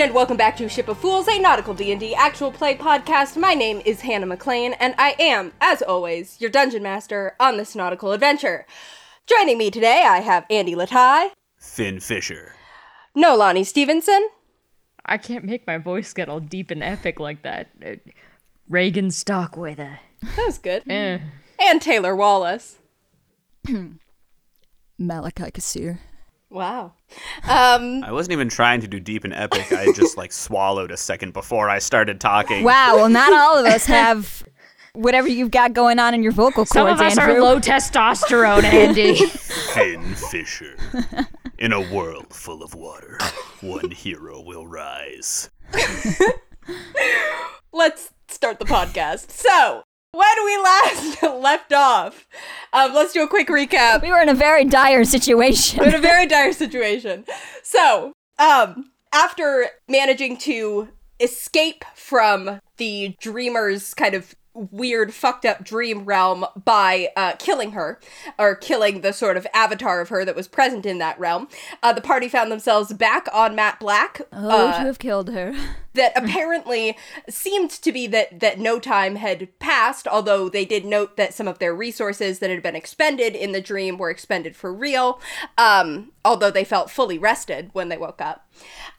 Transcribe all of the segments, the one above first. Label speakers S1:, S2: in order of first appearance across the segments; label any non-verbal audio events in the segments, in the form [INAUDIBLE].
S1: and welcome back to Ship of Fools, a nautical D&D actual play podcast. My name is Hannah McLean, and I am, as always, your dungeon master on this nautical adventure. Joining me today, I have Andy Latai,
S2: Finn Fisher.
S1: Nolani Stevenson,
S3: I can't make my voice get all deep and epic like that. Uh, Reagan Stockweather.
S1: that was good,
S3: Eh.
S1: and Taylor Wallace.
S4: Malachi Kassir.
S1: Wow. Um,
S2: I wasn't even trying to do deep and epic. I just like swallowed a second before I started talking.
S4: Wow, well, not all of us have whatever you've got going on in your vocal cords,
S3: Some of us
S4: Andrew.
S3: are low [LAUGHS] testosterone, Andy.
S2: Finn Fisher. In a world full of water, one hero will rise.
S1: let's start the podcast. So, when we last [LAUGHS] left off, um, let's do a quick recap.
S4: we were in a very dire
S1: We're [LAUGHS]
S4: situation.
S1: in a very dire situation. So, um, after managing to escape from the dreamer's kind of weird, fucked up dream realm by uh, killing her, or killing the sort of avatar of her that was present in that realm, uh, the party found themselves back on Matt Black.
S4: [LAUGHS] Oh,
S1: uh,
S4: to have killed her.
S1: that apparently seemed to be that that no time had passed although they did note that some of their resources that had been expended in the dream were expended for real um, although they felt fully rested when they woke up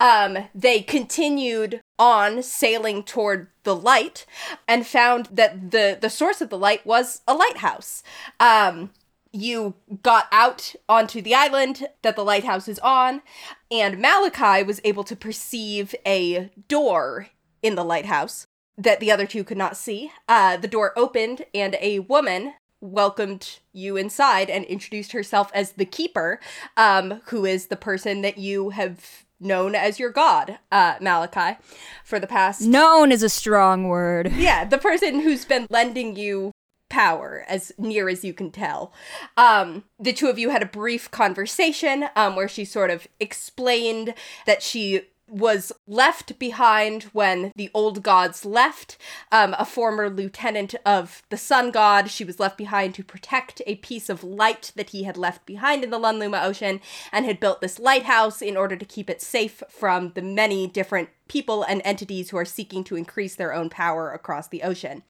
S1: um, they continued on sailing toward the light and found that the the source of the light was a lighthouse um, you got out onto the island that the lighthouse is on, and Malachi was able to perceive a door in the lighthouse that the other two could not see. Uh, the door opened, and a woman welcomed you inside and introduced herself as the keeper, um, who is the person that you have known as your god, uh, Malachi, for the past.
S4: Known is a strong word.
S1: Yeah, the person who's been lending you power as near as you can tell. Um, the two of you had a brief conversation um, where she sort of explained that she was left behind when the old gods left um, a former lieutenant of the sun god she was left behind to protect a piece of light that he had left behind in the lunluma ocean and had built this lighthouse in order to keep it safe from the many different people and entities who are seeking to increase their own power across the ocean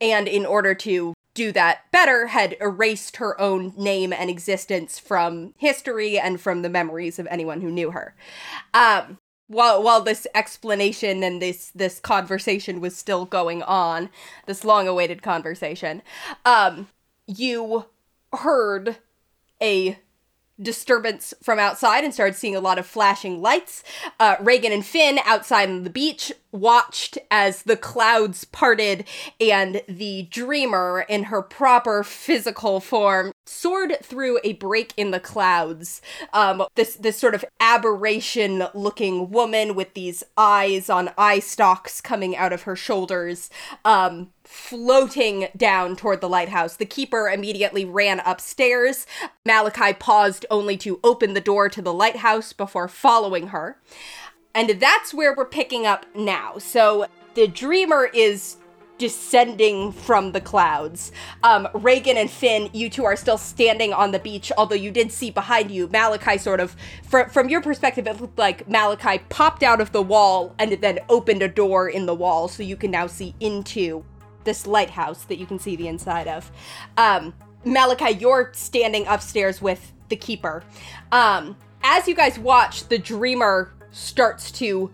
S1: and in order to do that better had erased her own name and existence from history and from the memories of anyone who knew her um while while this explanation and this this conversation was still going on this long awaited conversation um you heard a disturbance from outside and started seeing a lot of flashing lights. Uh, Reagan and Finn outside on the beach watched as the clouds parted and the dreamer in her proper physical form soared through a break in the clouds. Um, this this sort of aberration looking woman with these eyes on eye stalks coming out of her shoulders. Um, floating down toward the lighthouse. The keeper immediately ran upstairs. Malachi paused only to open the door to the lighthouse before following her. And that's where we're picking up now. So the dreamer is descending from the clouds. Um, Reagan and Finn, you two are still standing on the beach, although you did see behind you Malachi sort of, fr- from your perspective, it looked like Malachi popped out of the wall and then opened a door in the wall, so you can now see into this lighthouse that you can see the inside of. Um, Malachi, you're standing upstairs with the keeper. Um, as you guys watch, the dreamer starts to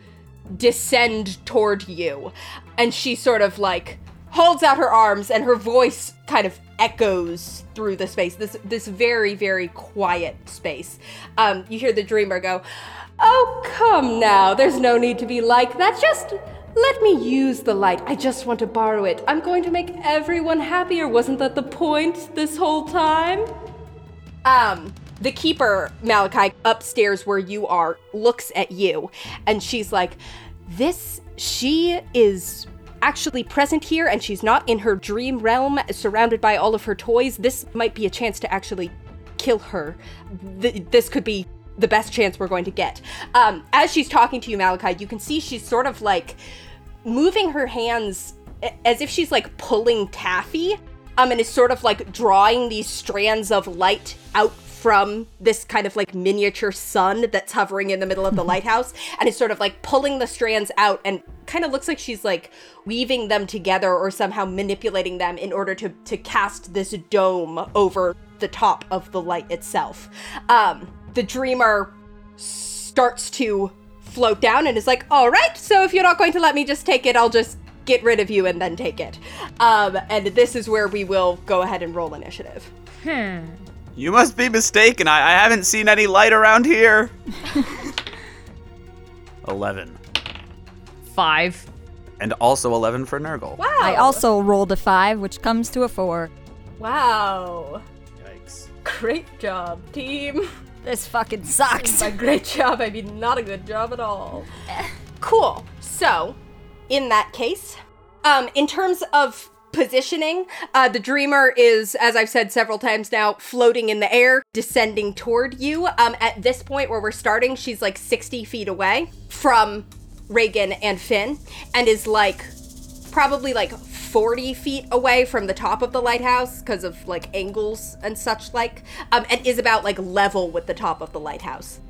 S1: descend toward you. And she sort of like holds out her arms and her voice kind of echoes through the space. This this very, very quiet space. Um, you hear the dreamer go, Oh come now, there's no need to be like that. Just let me use the light. I just want to borrow it. I'm going to make everyone happier. Wasn't that the point this whole time? Um, the keeper, Malachi, upstairs where you are, looks at you and she's like, This, she is actually present here and she's not in her dream realm surrounded by all of her toys. This might be a chance to actually kill her. Th- this could be the best chance we're going to get. Um, as she's talking to you, Malachi, you can see she's sort of like moving her hands a- as if she's like pulling taffy um and is sort of like drawing these strands of light out from this kind of like miniature sun that's hovering in the middle of the lighthouse and is sort of like pulling the strands out and kind of looks like she's like weaving them together or somehow manipulating them in order to to cast this dome over the top of the light itself. Um, the dreamer starts to float down and is like, "All right, so if you're not going to let me just take it, I'll just get rid of you and then take it." Um, and this is where we will go ahead and roll initiative.
S3: Hmm.
S2: You must be mistaken. I, I haven't seen any light around here. 11.
S3: Five.
S2: And also 11 for Nurgle.
S1: Wow.
S4: I also rolled a five, which comes to a four.
S1: wow.
S2: Yikes.
S1: Great job, team.
S4: This fucking sucks.
S1: By great [LAUGHS] job, I mean not a good job at all. cool. So, in that case, um, in terms of positioning, uh, the dreamer is, as I've said several times now, floating in the air, descending toward you. Um, at this point where we're starting, she's like 60 feet away from Reagan and Finn and is like probably like 40 feet away from the top of the lighthouse because of like angles and such like um, and is about like level with the top of the lighthouse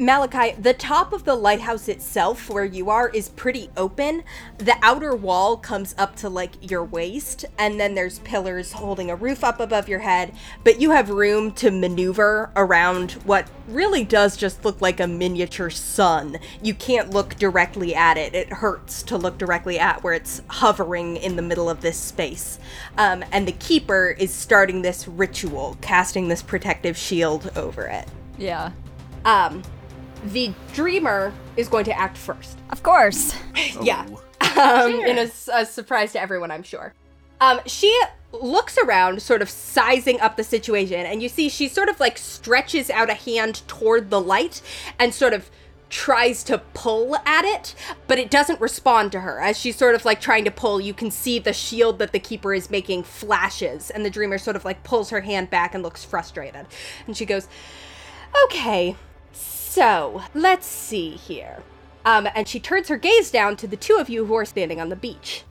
S1: Malachi, the top of the lighthouse itself, where you are, is pretty open. The outer wall comes up to like your waist, and then there's pillars holding a roof up above your head, but you have room to maneuver around what really does just look like a miniature sun. You can't look directly at it, it hurts to look directly at where it's hovering in the middle of this space. Um, and the keeper is starting this ritual, casting this protective shield over it.
S4: yeah.
S1: Um, the dreamer is going to act first.
S4: Of course.
S1: Yeah. [LAUGHS] Um, In a, s- a surprise to everyone, I'm sure. Um, she looks around, sort of sizing up the situation, and you see she sort of like stretches out a hand toward the light and sort of tries to pull at it, but it doesn't respond to her. As she's sort of like trying to pull, you can see the shield that the keeper is making flashes, and the dreamer sort of like pulls her hand back and looks frustrated. And she goes, Okay, so let's see here. Um, and she turns her gaze down to the two of you who are standing on the beach.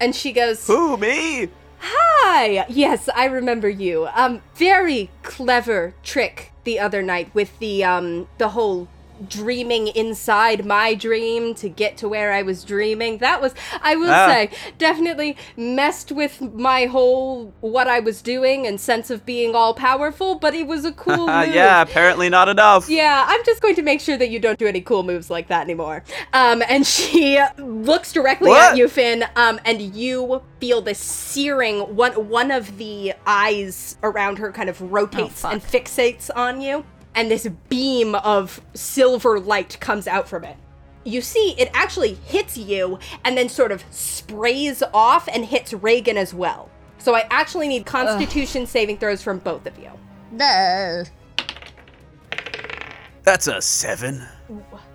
S1: And she goes,
S2: Who, me?
S1: Hi! Yes, I remember you. Um, very clever trick the other night with the, um, the whole dreaming inside my dream to get to where I was dreaming. That was, I will
S2: Ah.
S1: say, definitely messed with my whole what I was doing and sense of being all powerful, but it
S2: [LAUGHS]
S1: was a cool
S2: Uh,
S1: move.
S2: yeah, apparently not enough.
S1: Oh, Yeah, I'm just going to make sure that you don't do any cool moves like that anymore. Um, and she [LAUGHS] looks directly
S2: What?
S1: at you, Finn, um, and you feel this searing. One one of the eyes around her kind of rotates
S4: fuck.
S1: and fixates on you, and this beam of silver light comes out from it. You see, it actually hits you and then sort of sprays off and hits Reagan as well. So I actually need Constitution saving throws from both of you.
S3: No.
S2: That's a seven.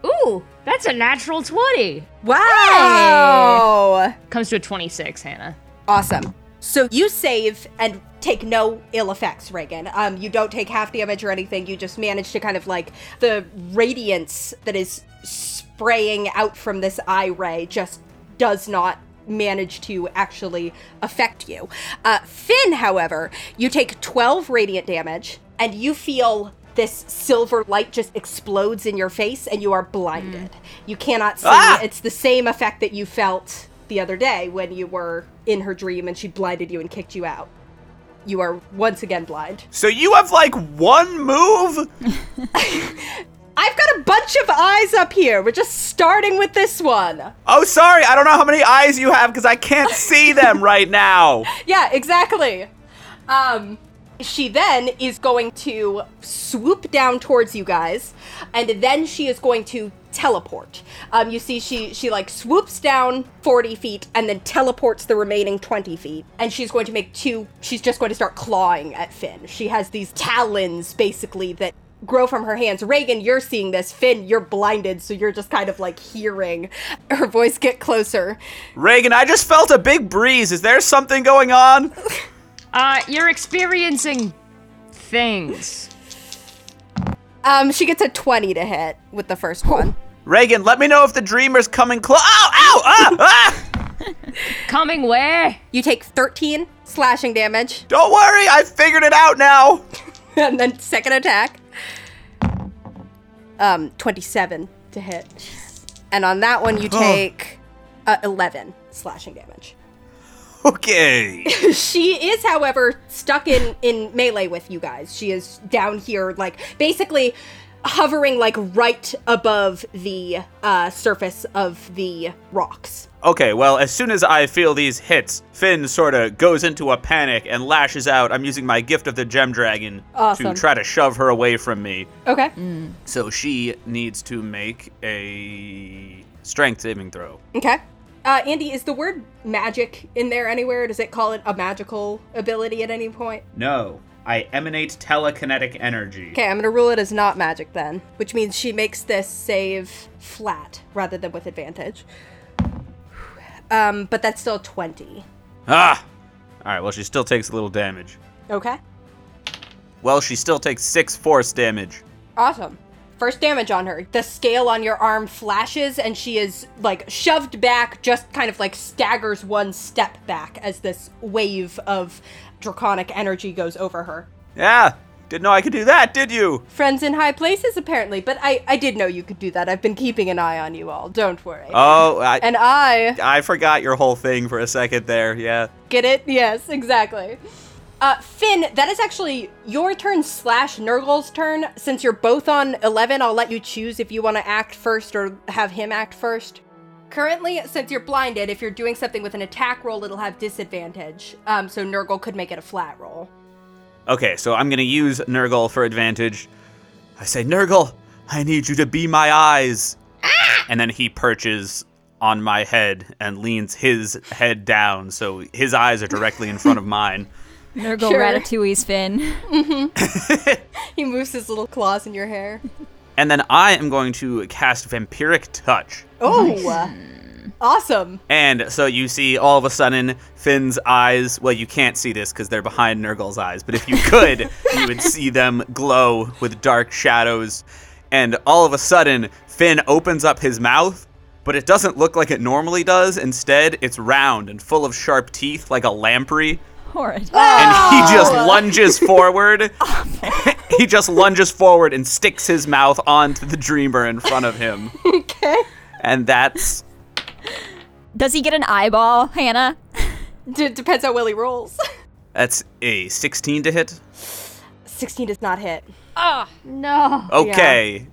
S1: Ooh!
S3: That's a natural 20.
S1: Wow!
S3: Comes to a 26, Hannah.
S1: Awesome. So you save and take no ill effects, Reagan. Um, you don't take half damage or anything. You just manage to kind of like the radiance that is spraying out from this eye ray just does not manage to actually affect you. Uh, Finn, however, you take 12 radiant damage and you feel this silver light just explodes in your face and you are blinded. You cannot see.
S2: Ah!
S1: It's the same effect that you felt the other day when you were in her dream and she blinded you and kicked you out. You are once again blind.
S2: So you have like one move?
S1: I've got a bunch of eyes up here. We're just starting with this one.
S2: Oh, sorry, I don't know how many eyes you have because I can't see them right now.
S1: Yeah, exactly. Um, she then is going to swoop down towards you guys, and then she is going to teleport. Um, you see, she she like swoops down forty feet and then teleports the remaining twenty feet, and she's going to make two. She's just going to start clawing at Finn. She has these talons basically that grow from her hands. Reagan, you're seeing this. Finn, you're blinded, so you're just kind of like hearing her voice get closer.
S2: Reagan, I just felt a big breeze. Is there something going on?
S3: Uh, you're experiencing things.
S1: Um, she gets a twenty to hit with the first one.
S2: Reagan, let me know if the dreamer's coming close. Ow, ow, ah, ah!
S3: Coming where?
S1: You take thirteen slashing damage. [LAUGHS]
S2: Don't worry, I figured it out now.
S1: and then second attack. Um, 27 to hit. And on that one, you take uh, 11 slashing damage.
S2: Okay.
S1: She is, however, stuck in in melee with you guys. She is down here, like basically hovering, like right above the uh, surface of the rocks.
S2: Okay, well, as soon as I feel these hits, Finn sort of goes into a panic and lashes out. I'm using my gift of the gem dragon
S1: Awesome.
S2: to try to shove her away from me.
S1: Okay.
S2: So she needs to make a strength saving throw.
S1: Okay. Uh, Andy, is the word magic in there anywhere? Does it call it a magical ability at any point?
S2: No, I emanate telekinetic energy.
S1: Okay, I'm gonna rule it as not magic then, which means she makes this save flat rather than with advantage. Um, but that's still 20.
S2: Ah! Alright, well, she still takes a little damage.
S1: Okay.
S2: Well, she still takes six force damage.
S1: Awesome. First damage on her. The scale on your arm flashes, and she is like shoved back, just kind of like staggers one step back as this wave of draconic energy goes over her.
S2: Yeah! Didn't know I could do that, did you?
S1: Friends in high places, apparently, but I, I did know you could do that. I've been keeping an eye on you all. Don't worry.
S2: Oh, I,
S1: and I
S2: I forgot your whole thing for a second there, yeah.
S1: get it? Yes, exactly. Uh, Finn, that is actually your turn slash Nurgle's turn. Since you're both on 11, I'll let you choose if you want to act first or have him act first. Currently, since you're blinded, if you're doing something with an attack roll, it'll have disadvantage. Um, so Nurgle could make it a flat roll. [LAUGHS]
S2: Okay, so I'm gonna use Nurgle for advantage. I say, Nurgle, I need you to be my eyes. And then he perches on my head and leans his head down, so his eyes are directly
S1: [LAUGHS]
S2: in front of mine.
S4: Nurgle
S1: Sure.
S4: Ratatouille's Finn.
S1: He moves his little claws in your hair.
S2: And then I am going to cast Vampiric Touch.
S1: Oh, awesome. [LAUGHS]
S2: And so you see all of a sudden Finn's eyes. Well, you can't see this because they're behind Nurgle's eyes, but if you could, [LAUGHS] you would see them glow with dark shadows. And all of a sudden, Finn opens up his mouth, but it doesn't look like it normally does. Instead, it's round and full of sharp teeth like a lamprey.
S4: Horrid.
S2: And he just lunges forward. he just lunges forward and sticks his mouth onto the dreamer in front of him.
S1: Okay.
S2: And that's
S4: Does he get an eyeball, Hannah?
S1: [LAUGHS] D- depends how Willie rolls. [LAUGHS]
S2: that's a 16 to hit.
S1: 16 does not hit.
S3: No.
S2: Okay.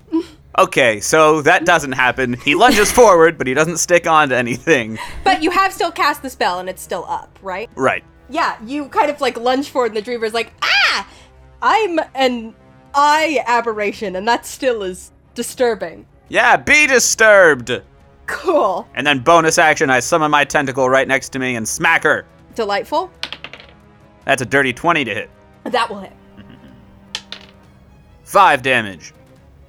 S2: Okay, so that doesn't happen. He lunges forward, but he doesn't stick on to anything.
S1: But you have still cast the spell and it's still up, right?
S2: Right.
S1: Yeah, you kind of like lunge forward and the dreamer's like, ah! I'm an eye aberration and that still is disturbing.
S2: Yeah, be disturbed.
S1: Cool.
S2: And then bonus action, I summon my tentacle right next to me and smack her.
S1: Delightful.
S2: That's a dirty 20 to hit.
S1: That will hit.
S2: 5 damage.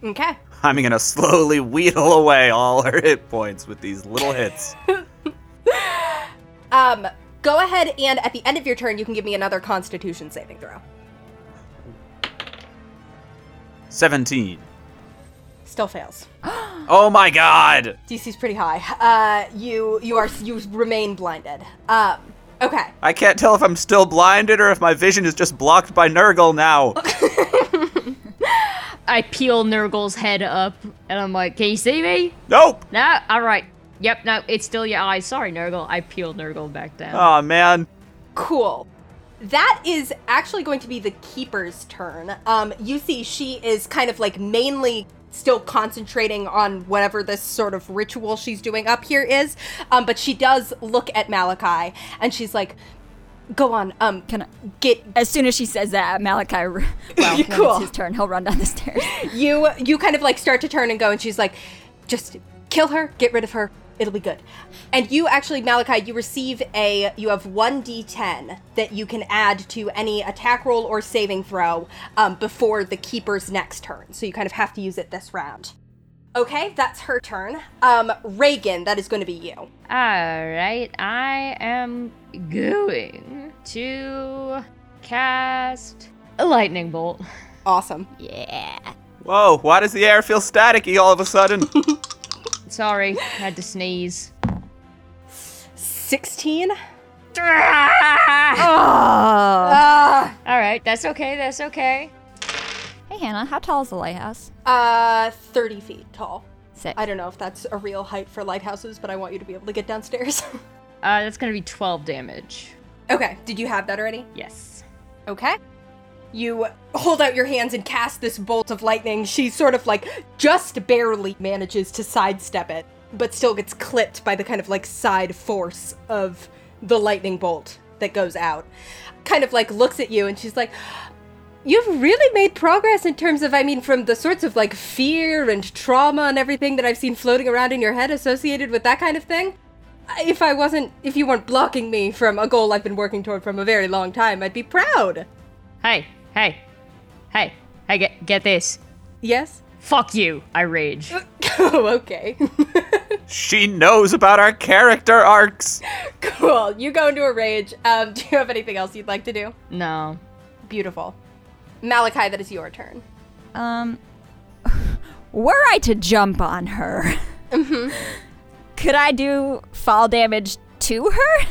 S1: Okay.
S2: I'm going to slowly wheedle away all her hit points with these little hits.
S1: Um, go ahead and at the end of your turn, you can give me another constitution saving throw.
S2: 17.
S1: Still fails.
S2: Oh my god.
S1: DC's pretty high. Uh, you you are you remain blinded. Um, okay.
S2: I can't tell if I'm still blinded or if my vision is just blocked by Nurgle now.
S3: I peel Nurgle's head up and I'm like, can you see me?
S2: Nope.
S3: No? Alright. Yep, no, it's still your eyes. Sorry, Nurgle. I peeled Nurgle back down.
S2: Oh man.
S1: Cool. That is actually going to be the keeper's turn. Um, you see, she is kind of like mainly still concentrating on whatever this sort of ritual she's doing up here is. Um, but she does look at Malachi and she's like, "Go on, um,
S4: Can I-
S1: get
S4: As soon as she says that, Malachi. r- Well, when
S1: Cool.
S4: it's his turn. He'll run down the stairs. [LAUGHS]
S1: you." You kind of like start to turn and go, and she's like, "Just kill her, get rid of her." It'll be good. And you actually, Malachi, you receive a, you have 1d10 that you can add to any attack roll or saving throw um, before the keeper's next turn. So you kind of have to use it this round. Okay, that's her turn. Um, Reagan, that is going to be you.
S3: Alright, I am going to cast a lightning bolt.
S1: Awesome.
S4: Yeah.
S2: Whoa, why does the air feel staticky all of a sudden?
S3: Sorry, had to sneeze.
S1: 16?
S3: Alright,
S1: Ah,
S3: that's okay, that's okay.
S4: Hey, Hannah, how tall is the lighthouse?
S1: Uh, 30 feet tall.
S4: Sick.
S1: I don't know if that's a real height for lighthouses, but I want you to be able to get downstairs. [LAUGHS]
S3: Uh, that's gonna be 12 damage.
S1: okay, did you have that already?
S3: Yes.
S1: Okay. You hold out your hands and cast this bolt of lightning. She sort of like just barely manages to sidestep it, but still gets clipped by the kind of like side force of the lightning bolt that goes out. Kind of like looks at you and she's like, You've really made progress in terms of, I mean, from the sorts of like fear and trauma and everything that I've seen floating around in your head associated with that kind of thing if I wasn't, if you weren't blocking me from a goal I've been working toward from a very long time, I'd be proud.
S3: Hey, hey, hey, hey, get, get this.
S1: Yes? [LAUGHS]
S3: Fuck you. I rage.
S1: Oh, okay. [LAUGHS]
S2: She knows about our character arcs.
S1: cool. You go into a rage. Um, [LAUGHS] do you have anything else you'd like to do?
S3: No.
S1: Beautiful. Malachi, that is your turn.
S4: Um, [LAUGHS] were I to jump on her, [LAUGHS] could I do fall damage to her?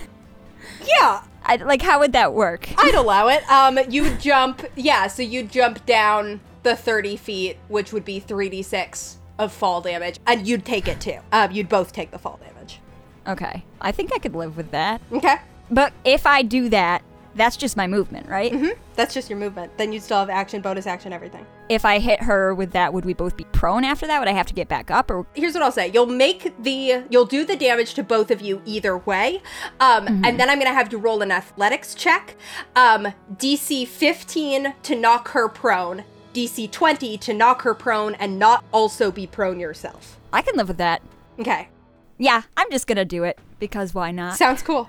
S1: Yeah,
S4: I, like, how would that work?
S1: I'd allow it. Um, you would jump, yeah, so you jump down the 30 feet, which would be 3d6 of fall damage, and you'd take it too. Um, you'd both take the fall damage.
S4: Okay, I think I could live with that.
S1: Okay?
S4: But if I do that, that's just my movement, right?
S1: That's just your movement. Then you'd still have action, bonus action, everything.
S4: If I hit her with that, would we both be prone after that? Would I have to get back up? Or
S1: here's what I'll say. You'll make the you'll do the damage to both of you either way. Um and then I'm going to have you roll an athletics check. Um DC 15 to knock her prone, DC 20 to knock her prone and not also be prone yourself.
S4: I can live with that.
S1: Okay.
S4: Yeah, I'm just gonna do it because why not?
S1: Sounds cool.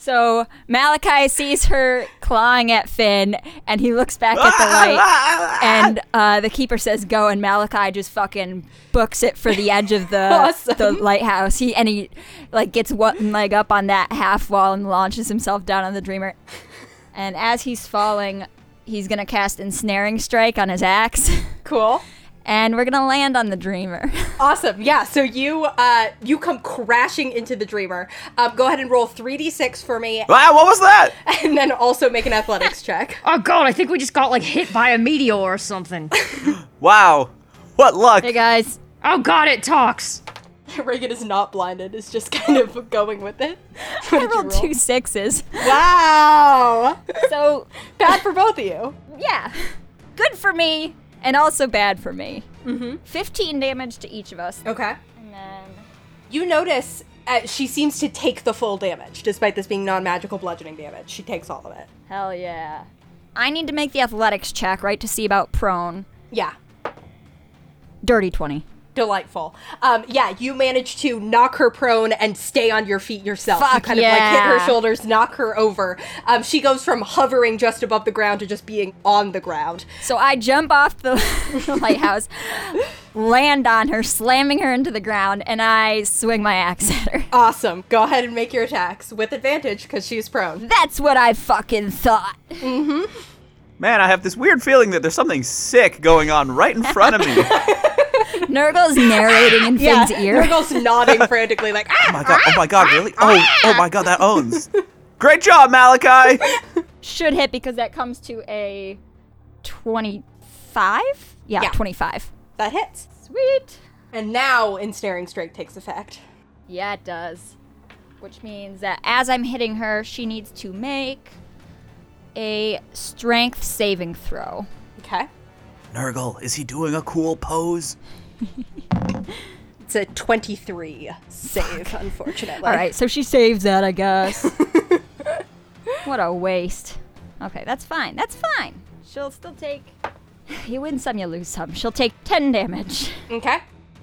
S4: So Malachi sees her clawing at Finn, and he looks
S2: [LAUGHS]
S4: back at the light,
S1: [LAUGHS]
S4: and uh, the keeper says "Go," and Malachi just fucking books it for the edge of the
S1: [LAUGHS] Awesome.
S4: the lighthouse. He and he like gets one leg up on that half wall and launches himself down on the dreamer. And as he's falling, he's gonna cast ensnaring strike on his axe, [LAUGHS]
S1: Cool.
S4: and we're gonna land on
S1: [LAUGHS]
S4: the dreamer.
S1: Awesome. Yeah, so you uh you come crashing into the dreamer. Um go ahead and roll 3d6 for me [LAUGHS]
S2: Wow, what was that?
S1: and then also make an [LAUGHS] athletics check.
S3: Oh god, I think we just got like hit by a meteor or something.
S2: Wow, what luck.
S4: hey [LAUGHS] guys,
S3: Oh god, it talks.
S1: Reagan is not blinded. Is just kind of going with it. What
S4: I
S1: did you
S4: rolled
S1: roll? [LAUGHS]
S4: two sixes,
S1: Wow.
S4: so
S1: Bad for both of you.
S4: Yeah. Good for me and also bad for me. Mm-hmm. 15 damage to each of us.
S1: Okay.
S4: And then.
S1: You notice uh, she seems to take the full damage, despite this being non magical bludgeoning damage. She takes all of it.
S4: Hell yeah. I need to make the athletics check, right, to see about prone.
S1: Yeah.
S4: Dirty 20.
S1: Delightful. Um, yeah, you manage to knock her prone and stay on your feet yourself. you
S4: Fuck
S1: kind of like hit her
S4: yeah.
S1: shoulders, knock her over. Um, she goes from hovering just above the ground to just being on the ground.
S4: So I jump off the [LAUGHS] lighthouse, land on her, slamming her into the ground, and I swing my axe at her.
S1: Awesome. Go ahead and make your attacks with advantage because she's prone.
S4: That's what I fucking thought.
S2: Man, I have this weird feeling that there's something sick going on right in front
S4: [LAUGHS]
S2: of me. Oh
S4: Nurgle's narrating in Finn's ear.
S1: Nurgle's nodding frantically, like, ah!
S2: Oh my god! Oh my god! Really? Oh! Oh my god! That
S4: [LAUGHS]
S2: owns. Great job, Malachi.
S4: Should hit because that comes to a 25? Yeah,
S1: Yeah.
S4: 25.
S1: That hits.
S4: Sweet.
S1: And now ensnaring strike takes effect.
S4: Yeah, it does. Which means that as I'm hitting her, she needs to make a strength saving throw.
S1: Okay.
S2: Nurgle, is he doing a cool pose?
S1: It's a 23 save, unfortunately.
S4: All right, so she saves that, I guess. [LAUGHS] what a waste. Okay, that's fine. That's fine. She'll still take. [LAUGHS] You win some, you lose some. She'll take 10 damage, [LAUGHS]
S1: Okay.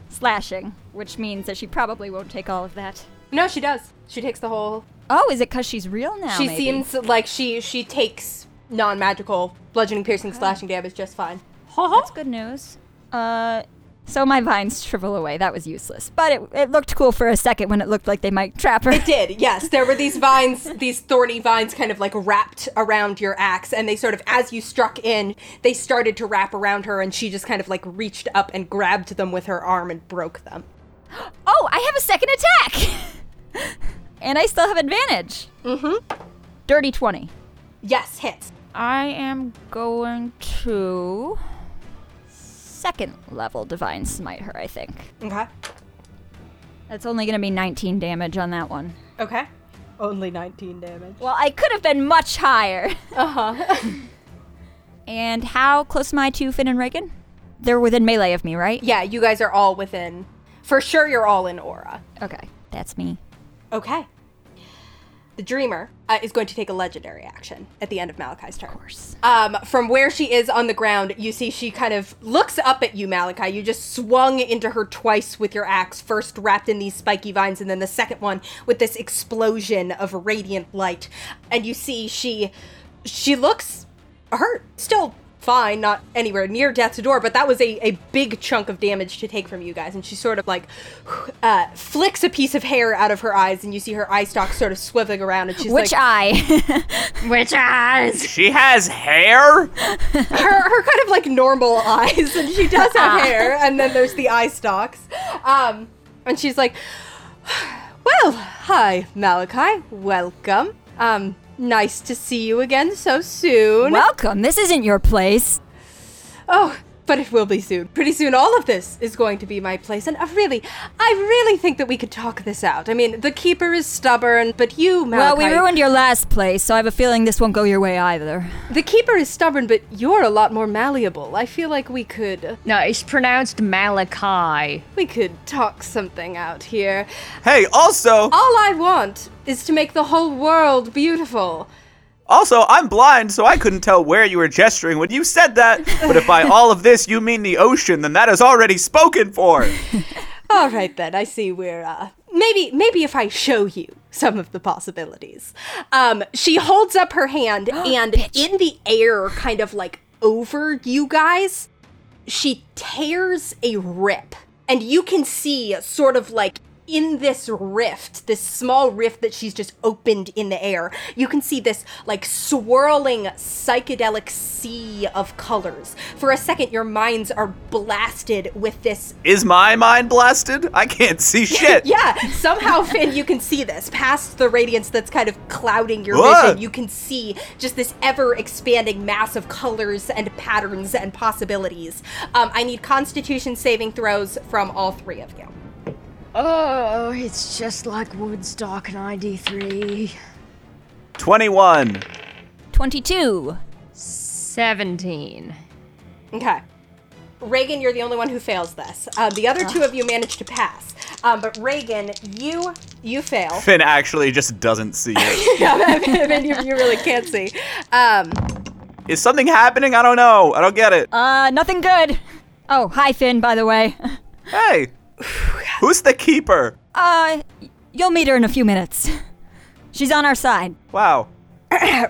S4: slashing, which means that she probably won't take all of that.
S1: No, she does. She takes the whole.
S4: Oh, is it because she's real now?
S1: she
S4: maybe?
S1: seems like she she takes non-magical bludgeoning, piercing, slashing damage just fine.
S4: That's good news. Uh, so my vines shrivel away. That was useless, but it, it looked cool for a second when it looked like they might trap her.
S1: It did. Yes, there were these [LAUGHS] vines, these thorny vines, kind of like wrapped around your axe, and they sort of, as you struck in, they started to wrap around her, and she just kind of like reached up and grabbed them with her arm and broke them.
S4: Oh, I have a second attack, [LAUGHS] and I still have advantage. Mm-hmm. Dirty twenty.
S1: Yes, hits.
S4: I am going to second level divine smite her, I think.
S1: Okay.
S4: That's only going to be 19 damage on that one.
S1: Okay. Only 19 damage.
S4: Well, I could have been much higher.
S1: Uh huh.
S4: And how close am I to Finn and Reagan? They're within melee of me, right?
S1: yeah, you guys are all within. For sure, you're all in aura.
S4: Okay, that's me.
S1: Okay. The dreamer uh, is going to take a legendary action at the end of Malachi's turn. Of course. Um, from where she is on the ground, you see she kind of looks up at you, Malachi. You just swung into her twice with your axe, first wrapped in these spiky vines, and then the second one with this explosion of radiant light. And you see she she looks hurt, still fine, not anywhere near death's door, but that was a, a big chunk of damage to take from you guys. And she sort of like uh, flicks a piece of hair out of her eyes, and you see her eye stalk sort of swiveling around, and she's
S4: Which
S1: like,
S4: [LAUGHS] eye?
S3: Which eyes?
S2: She has
S1: her,
S2: hair?
S1: her kind of like normal [LAUGHS] eyes, and she does
S4: [LAUGHS]
S1: have hair, and then there's the eye stalks. Um, and she's like, Well, hi, Malachi, welcome. Um, nice to see you again so
S4: Oh,
S1: soon.
S4: Welcome. This isn't your place.
S1: Oh, but it will be soon. Pretty soon, all of this is going to be my place. And uh, really, I really think that we could talk this out. I mean, the keeper is stubborn, but you,
S4: Well,
S1: Malachi,
S4: we ruined your last place, so I have a feeling this won't go your way either.
S1: the keeper is stubborn, but you're a lot more malleable. I feel like we could,
S3: No, it's pronounced Malachi.
S1: we could talk something out here.
S2: Hey, also,
S1: All I want is to make the whole world beautiful.
S2: also, I'm blind, so I couldn't tell where you were gesturing when you said that. But if by all of this you mean the ocean, then that is already spoken for.
S1: All right then, I see we're uh maybe maybe if I show you some of the possibilities. Um she holds up her hand and in the air kind of like over you guys, she tears a rip. And you can see sort of like in this rift, this small rift that she's just opened in the air, you can see this like swirling psychedelic sea of colors. For a second, your minds are blasted with this
S2: Is my mind blasted? I can't
S4: [LAUGHS]
S2: see shit.
S1: yeah, somehow Finn, you can see this past the radiance that's kind of clouding your
S2: Whoa.
S1: vision. You can see just this ever expanding mass of colors and patterns and possibilities. Um, I need Constitution saving throws from all three of you.
S3: Oh, it's just like Woodstock 93.
S2: 21.
S4: 22.
S3: 17.
S1: Okay. Reagan, you're the only one who fails this. Uh, the other two of you managed to pass, um, but Reagan, you you fail. [LAUGHS]
S2: Finn actually just doesn't see
S4: [LAUGHS]
S2: it.
S1: yeah, I mean, you, you really can't see. Um,
S2: Is something happening? I don't know. I don't get it.
S4: Uh, nothing good. Oh, hi, Finn, by the way. [LAUGHS] [SIGHS]
S2: Hey, who's the keeper?
S4: Uh, y- you'll meet her in a few minutes. She's on our side.
S2: Wow.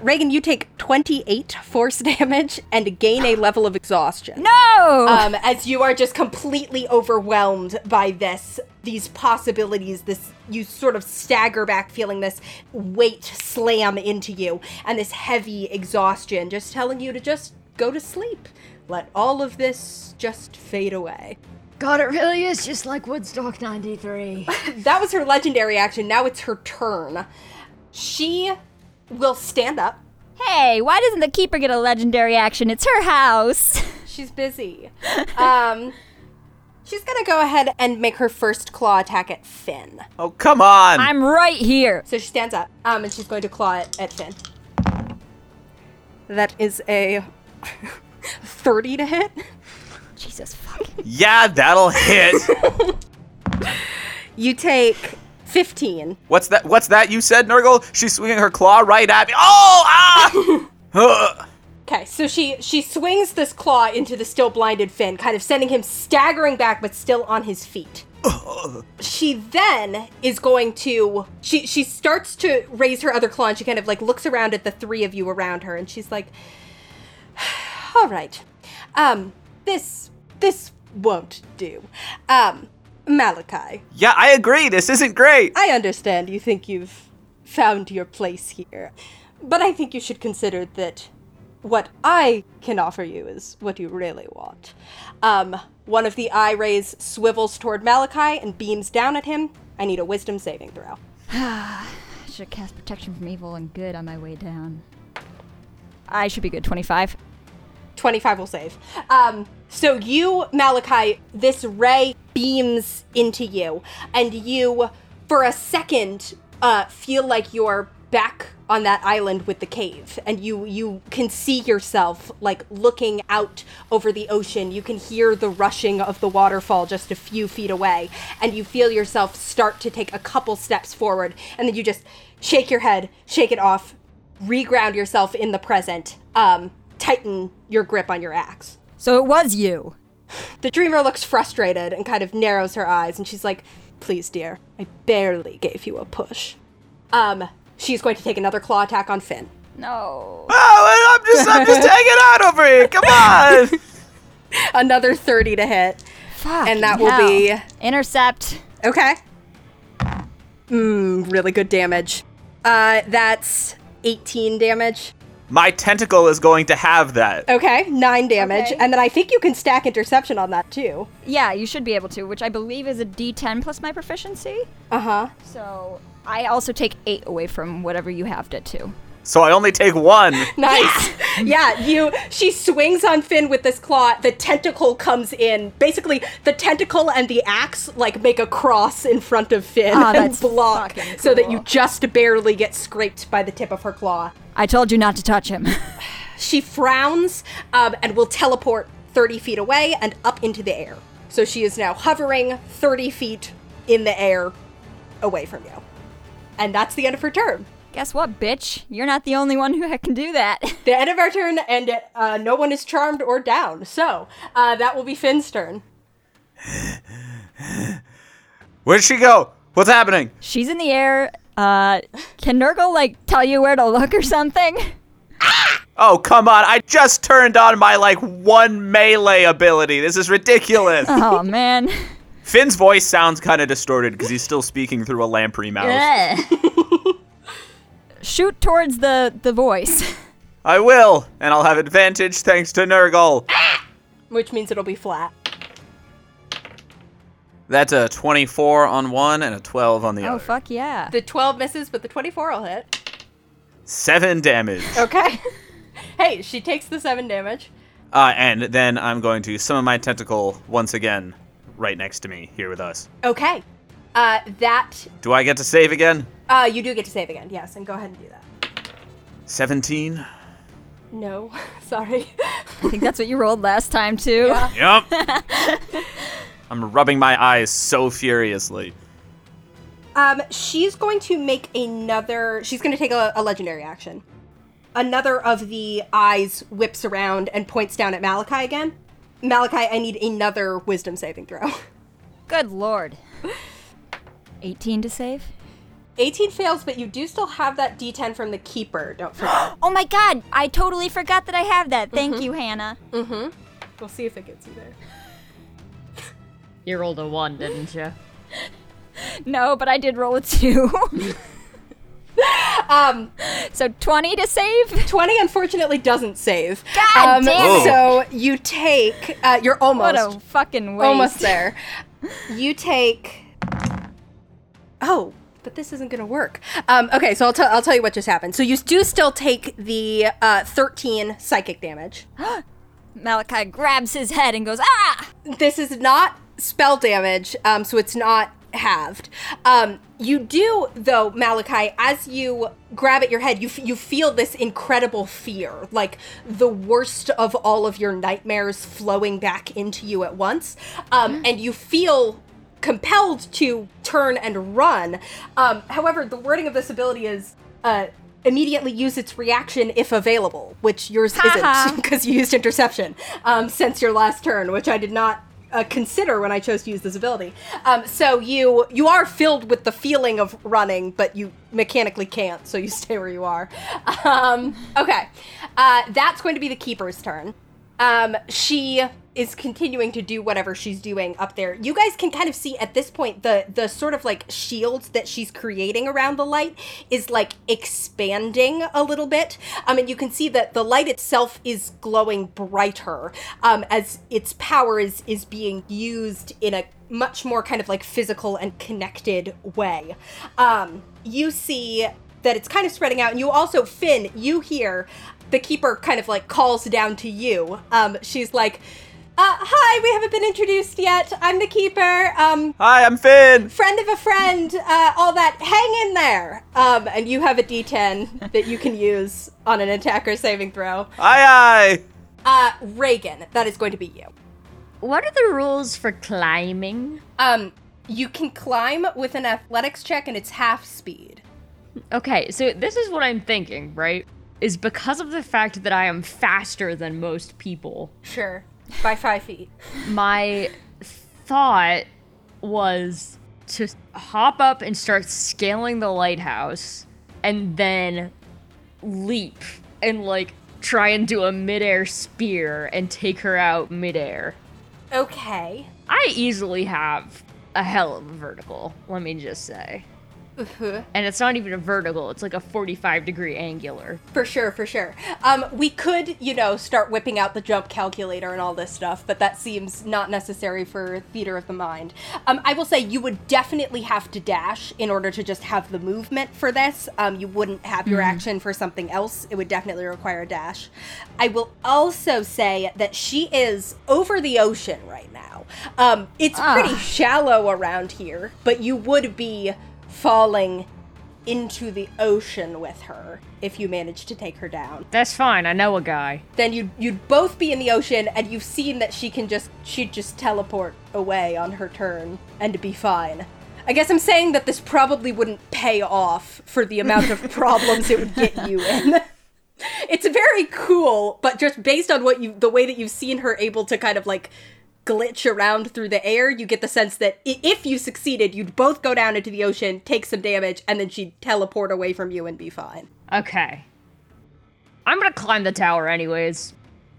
S1: Reagan, you take 28 force damage and gain a level of exhaustion.
S4: No!
S1: um, as you are just completely overwhelmed by this these possibilities this you sort of stagger back feeling this weight slam into you and this heavy exhaustion just telling you to just go to sleep let all of this just fade away
S3: God, it really is just like Woodstock 93.
S1: that was her legendary action now it's her turn she will stand up
S4: hey, why doesn't the keeper get a legendary action? It's her [LAUGHS] house.
S1: She's busy. Um, she's gonna go ahead and make her first claw attack at Finn.
S2: Oh, come on.
S4: I'm right here.
S1: So she stands up, um, and she's going to claw at, at Finn. That is a [LAUGHS] thirty to hit.
S4: Jesus fucking. [LAUGHS]
S2: yeah, that'll hit.
S1: You take fifteen.
S2: What's that? What's that you said, Nurgle? She's swinging her claw right at me. Oh, ah!
S4: [LAUGHS]
S2: Ugh.
S1: Okay, so she she swings this claw into the still blinded Finn, kind of sending him staggering back, but still on his feet. she then is going to she she starts to raise her other claw and she kind of like looks around at the three of you around her and she's like [SIGHS] all right um this this won't do um malachi
S2: yeah, I agree. This isn't great.
S1: i understand you think you've found your place here but i think you should consider that what i can offer you is what you really want um one of the eye rays swivels toward malachi and beams down at him i need a wisdom saving throw
S4: I should cast protection from evil and good on my way down. I should be good. 25.
S1: 25 will save. Um, so you, Malachi, this ray beams into you, and you, for a second, uh, feel like you're back on that island with the cave and you you can see yourself like looking out over the ocean you can hear the rushing of the waterfall just a few feet away and you feel yourself start to take a couple steps forward and then you just shake your head shake it off reground yourself in the present um tighten your grip on your axe
S4: So it was you.
S1: the dreamer looks frustrated and kind of narrows her eyes, and she's like, Please, dear, I barely gave you a push. Um, she's going to take another claw attack on Finn.
S4: No.
S2: Oh, I'm just, I'm
S4: [LAUGHS]
S2: just hanging out over here. Come on.
S1: Another 30 to hit.
S4: Fuck.
S1: And that will be-
S4: intercept.
S1: Okay. Mmm, really good damage. Uh, that's 18 damage.
S2: My tentacle is going to have that.
S4: Oh.
S1: Okay, 9 damage.
S4: Okay.
S1: And then I think you can stack interception on that too.
S4: Yeah, you should be able to, which I believe is a D10 plus my proficiency.
S1: Uh huh.
S4: So I also take eight away from whatever you halved it to.
S2: So I only take one.
S4: [LAUGHS]
S1: Nice. Yeah. you she swings on Finn with this claw, the tentacle comes in. Basically, the tentacle and the axe like make a cross in front of Finn
S4: Ah,
S1: [LAUGHS] and
S4: that's
S1: block
S4: fucking
S1: so that you
S4: cool.
S1: just barely get scraped by the tip of her claw.
S4: I told you not to touch him. [LAUGHS]
S1: She frowns um, and will teleport 30 feet away and up into the air. So she is now hovering 30 feet in the air away from you. And that's the end of her turn.
S4: Guess what, bitch? You're not the only one who [LAUGHS] can do that.
S1: The end of our turn, and uh, no one is charmed or down. So uh, that will be Finn's turn.
S2: Where'd she go? What's happening?
S4: She's in the air. Uh, can Nurgle like tell you where to look or something? [LAUGHS]
S2: Oh, come on. I just turned on my, like, one melee ability. This is ridiculous.
S4: Oh man.
S2: Finn's voice sounds kind of distorted because he's still speaking through a lamprey mouth.
S4: Ugh. Shoot towards the the voice.
S2: I will, and I'll have advantage thanks to Nurgle.
S1: which means it'll be flat.
S2: That's a 24 on one and a 12 on the
S4: Oh
S2: other.
S4: fuck yeah.
S1: The 12 misses, but the 24 will hit.
S2: Seven damage.
S1: [LAUGHS] Okay. hey, she takes the 7 damage.
S2: Uh, and then I'm going to summon my tentacle once again right next to me here with us.
S1: Okay. Uh, that,
S2: Do I get to save again?
S1: uh, you do get to save again, yes, and go ahead and do that.
S2: 17?
S1: No, [LAUGHS] sorry.
S4: I think that's what you rolled last time too.
S2: Yep. I'm rubbing my eyes so furiously.
S1: um, she's going to make another, she's going to take a, a legendary action. Another of the eyes whips around and points down at Malachi again. Malachi, I need another wisdom saving throw. [LAUGHS]
S4: Good lord. 18 to save.
S1: 18 fails, but you do still have that d10 from the keeper, don't
S4: [GASPS]
S1: forget.
S4: Oh my god, I totally forgot that I have that. Thank you, Hannah.
S1: we'll see if it gets you there.
S3: You rolled a one, didn't you?
S4: No, but I did roll a [LAUGHS] 2.
S1: Um,
S4: so 20 to save.
S1: 20 unfortunately doesn't save. Um,
S4: God damn
S2: it.
S1: So you take, uh, you're
S4: What a
S1: almost,
S4: fucking waste.
S1: almost [LAUGHS] there. You take, oh, but this isn't gonna work. Um, okay, so I'll, tell I'll tell you what just happened. So you do still take the uh, 13 psychic damage.
S4: Malachi grabs his head and goes, "Ah!"
S1: this is not spell damage, um, so it's not halved. Um, you do, though, Malachi, as you grab at your head, you, f- you feel this incredible fear, like the worst of all of your nightmares flowing back into you at once. Um, and you feel compelled to turn and run. Um, however, the wording of this ability is uh, immediately use its reaction if available, which yours [LAUGHS] isn't because you used interception um, since your last turn, which I did not uh, consider when I chose to use this ability. Um, so you you are filled with the feeling of running, but you mechanically can't, so you [LAUGHS] stay where you are. Um, okay, uh, that's going to be the keeper's turn. Um, she is continuing to do whatever she's doing up there. You guys can kind of see at this point the the sort of like shield that she's creating around the light is like expanding a little bit. Um, and you can see that the light itself is glowing brighter um, as its power is is being used in a much more kind of like physical and connected way. Um, you see that it's kind of spreading out. And you also, Finn, you hear the keeper kind of like calls down to you. Um, she's like, uh, "Hi, we haven't been introduced yet. I'm the keeper. Um,
S2: Hi, I'm Finn.
S1: friend of a friend, uh, all that. Hang in there. Um, and you have a D10 that you can use on an attack or saving throw.
S2: Aye, aye.
S1: Uh, Reagan, that is going to be you.
S3: What are the rules for climbing?
S1: Um, you can climb with an athletics check, and it's half speed.
S3: Okay, so this is what I'm thinking, right? Is because of the fact that I am faster than most people,
S1: Sure, by five feet.
S3: my thought was to hop up and start scaling the lighthouse and then leap and like try and do a midair spear and take her out midair.
S1: Okay.
S3: I easily have a hell of a vertical, let me just say.
S1: Uh-huh.
S3: And it's not even a vertical, it's like a 45 degree angular.
S1: For sure, for sure. Um, we could, you know, start whipping out the jump calculator and all this stuff, but that seems not necessary for theater of the mind. Um, I will say you would definitely have to dash in order to just have the movement for this. Um, you wouldn't have your action for something else. It would definitely require a dash. I will also say that she is over the ocean right now. Um, it's pretty shallow around here, but you would be falling into the ocean with her if you manage to take her down.
S3: That's fine, I know a guy.
S1: Then you'd you'd both be in the ocean and you've seen that she can just she'd just teleport away on her turn and be fine. I guess I'm saying that this probably wouldn't pay off for the amount of problems it would get you in. [LAUGHS] it's very cool, but just based on what you the way that you've seen her able to kind of like glitch around through the air, you get the sense that i- if you succeeded, you'd both go down into the ocean, take some damage, and then she'd teleport away from you and be fine.
S3: Okay. I'm gonna climb the tower anyways.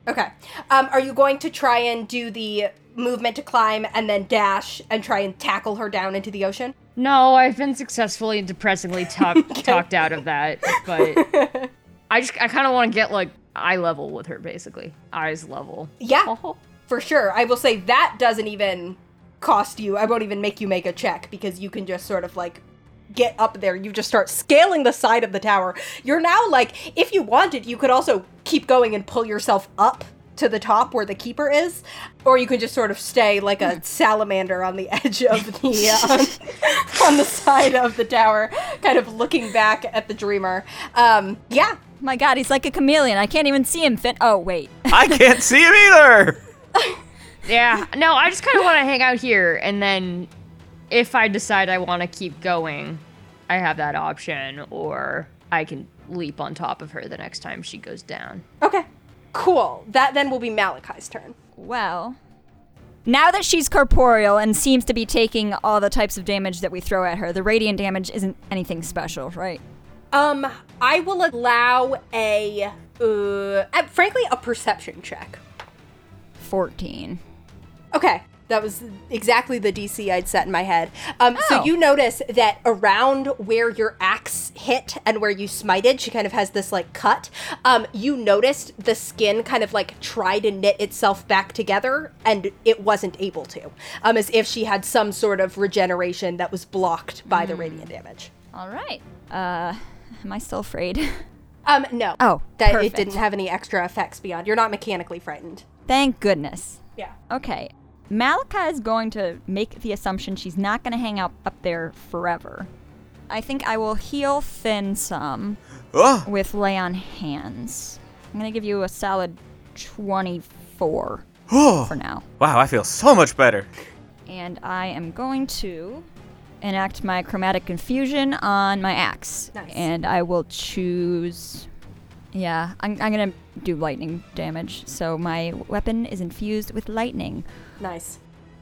S1: Okay. Um, are you going to try and do the movement to climb and then dash and try and tackle her down into the ocean?
S3: No, I've been successfully and depressingly talk- talked out of that, but I just I kind of want to get like eye level with her basically. Eyes level.
S1: Yeah,
S3: Oh.
S1: for sure. I will say that doesn't even cost you. I won't even make you make a check because you can just sort of like get up there. You just start scaling the side of the tower. You're now like, if you wanted, you could also keep going and pull yourself up to the top where the keeper is, or you can just sort of stay like a salamander on the [LAUGHS] edge of the uh, on, on the side of the tower, kind of looking back at the dreamer. Um, yeah,
S4: My God, he's like a chameleon. I can't even see him. Fin- oh wait, [LAUGHS]
S2: I can't see him either.
S3: Yeah. No, I just kind of want to hang out here and then if I decide I want to keep going, I have that option or I can leap on top of her the next time she goes down.
S1: okay, cool. That then will be Malachi's turn.
S4: well. Now that she's corporeal and seems to be taking all the types of damage that we throw at her, the radiant damage isn't anything special, right?
S1: Um, I will allow a, uh, uh, frankly, a perception check.
S4: 14.
S1: Okay, that was exactly the DC I'd set in my head. Um, so
S4: Oh.
S1: you notice that around where your axe hit and where you smited, she kind of has this like cut. Um, you noticed the skin kind of like try to knit itself back together, and it wasn't able to. Um, as if she had some sort of regeneration that was blocked by the radiant damage.
S4: All right. Uh, [LAUGHS] am I still afraid? [LAUGHS]
S1: Um, no.
S4: Oh,
S1: that
S4: perfect.
S1: it didn't have any extra effects beyond. You're not mechanically frightened.
S4: Thank goodness.
S1: Yeah.
S4: Okay. Malika is going to make the assumption she's not going to hang out up there forever. I think I will heal Finn some
S2: Oh,
S4: with lay on hands. I'm going to give you a solid 24
S2: oh.
S4: for now.
S2: Wow, I feel so much better.
S4: And I am going to enact my chromatic confusion on my axe.
S1: Nice.
S4: And I will choose. Yeah, I'm, I'm going to do lightning damage. So my weapon is infused with lightning.
S1: Nice.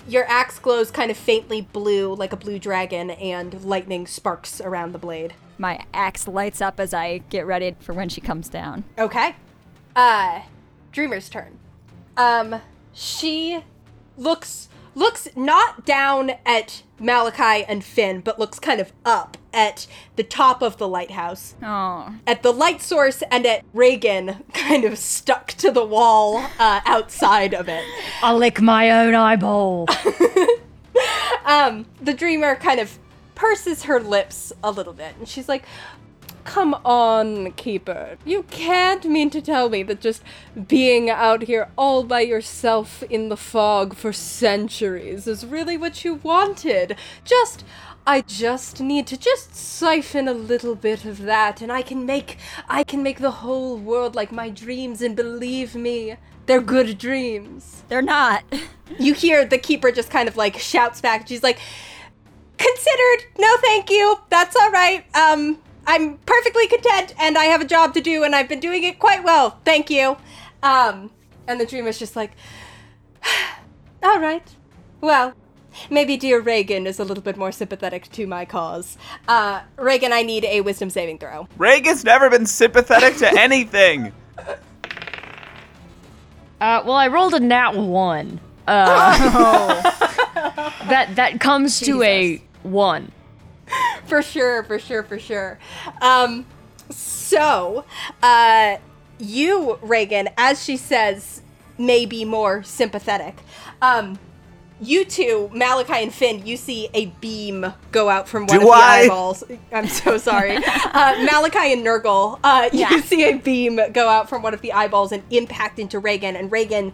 S1: Your axe glows kind of faintly blue, like a blue dragon, and lightning sparks around the blade.
S4: My axe lights up as I get ready for when she comes down.
S1: Okay. Uh, Dreamer's turn. Um, she looks looks not down at Malachi and Finn, but looks kind of up at the top of the lighthouse
S4: Oh.
S1: at the light source and at Reagan, [LAUGHS] kind of stuck to the wall uh, outside of it.
S3: I'll lick my own eyeball.
S1: Um, the dreamer kind of purses her lips a little bit, and she's like, Come on, Keeper. You can't mean to tell me that just being out here all by yourself in the fog for centuries is really what you wanted. Just. I just need to just siphon a little bit of that and I can make I can make the whole world like my dreams and believe me they're good dreams.
S4: They're not. [LAUGHS]
S1: You hear the keeper just kind of like shouts back. She's like considered. No thank you. That's all right. Um I'm perfectly content and I have a job to do and I've been doing it quite well. Thank you. Um and the dreamer's just like [SIGHS] all right. Well, Maybe dear Reagan is a little bit more sympathetic to my cause. Uh, Reagan, I need a wisdom saving throw.
S2: Reagan's never been sympathetic to anything.
S3: Uh, well, I rolled a nat one. Uh, [LAUGHS] that that comes to a one.
S1: For sure, for sure, for sure. Um, so, uh, you, Reagan, as she says, may be more sympathetic. Um, you two, Malachi and Finn, you see a beam go out from one
S2: Do
S1: of the
S2: I?
S1: eyeballs. I'm so [LAUGHS] sorry. uh, Malachi and Nurgle, uh, you
S4: Yeah.
S1: see a beam go out from one of the eyeballs and impact into Reagan. And Reagan,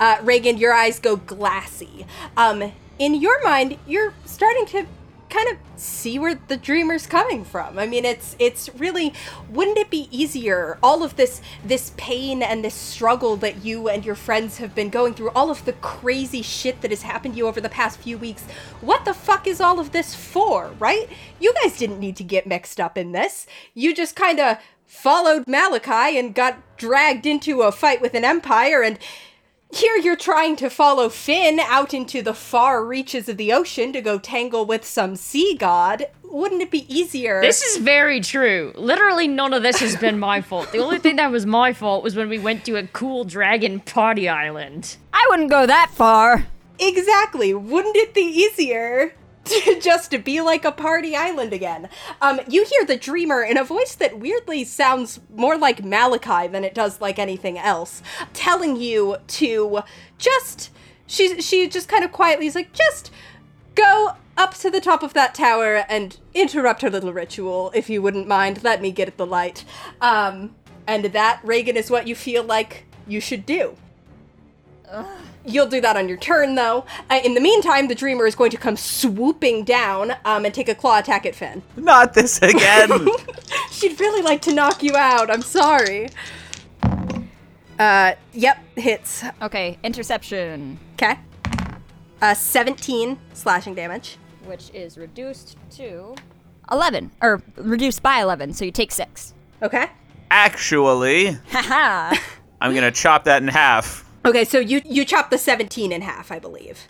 S1: uh, Reagan, your eyes go glassy. Um, in your mind, you're starting to kind of see where the dreamer's coming from. I mean, it's it's really wouldn't it be easier all of this this pain and this struggle that you and your friends have been going through, all of the crazy shit that has happened to you over the past few weeks. What the fuck is all of this for, right? You guys didn't need to get mixed up in this. You just kind of followed Malachi and got dragged into a fight with an empire and here you're trying to follow Finn out into the far reaches of the ocean to go tangle with some sea god. Wouldn't it be easier?
S3: This is very true. Literally, none of this has been my fault. The only thing that was my fault was when we went to a cool dragon party island.
S4: I wouldn't go that far.
S1: exactly. Wouldn't it be easier [LAUGHS] to just to be like a party island again? Um, you hear the dreamer in a voice that weirdly sounds more like Malachi than it does like anything else, telling you to just. She she just kind of quietly is like just Go up to the top of that tower and interrupt her little ritual, if you wouldn't mind. Let me get at the light. Um, and that, Reagan, is what you feel like you should do. You'll do that on your turn, though. Uh, in the meantime, the dreamer is going to come swooping down um, and take a claw attack at Finn.
S2: Not this again.
S1: She'd really like to knock you out. I'm sorry. Uh, yep, hits.
S4: Okay, interception,
S1: Okay. Uh, 17 slashing damage.
S4: which is reduced to 11, or reduced by 11, so you take 6.
S1: Okay.
S2: Actually,
S4: Haha.
S2: I'm gonna chop that in half.
S1: Okay, so you you chop the 17 in half, I believe.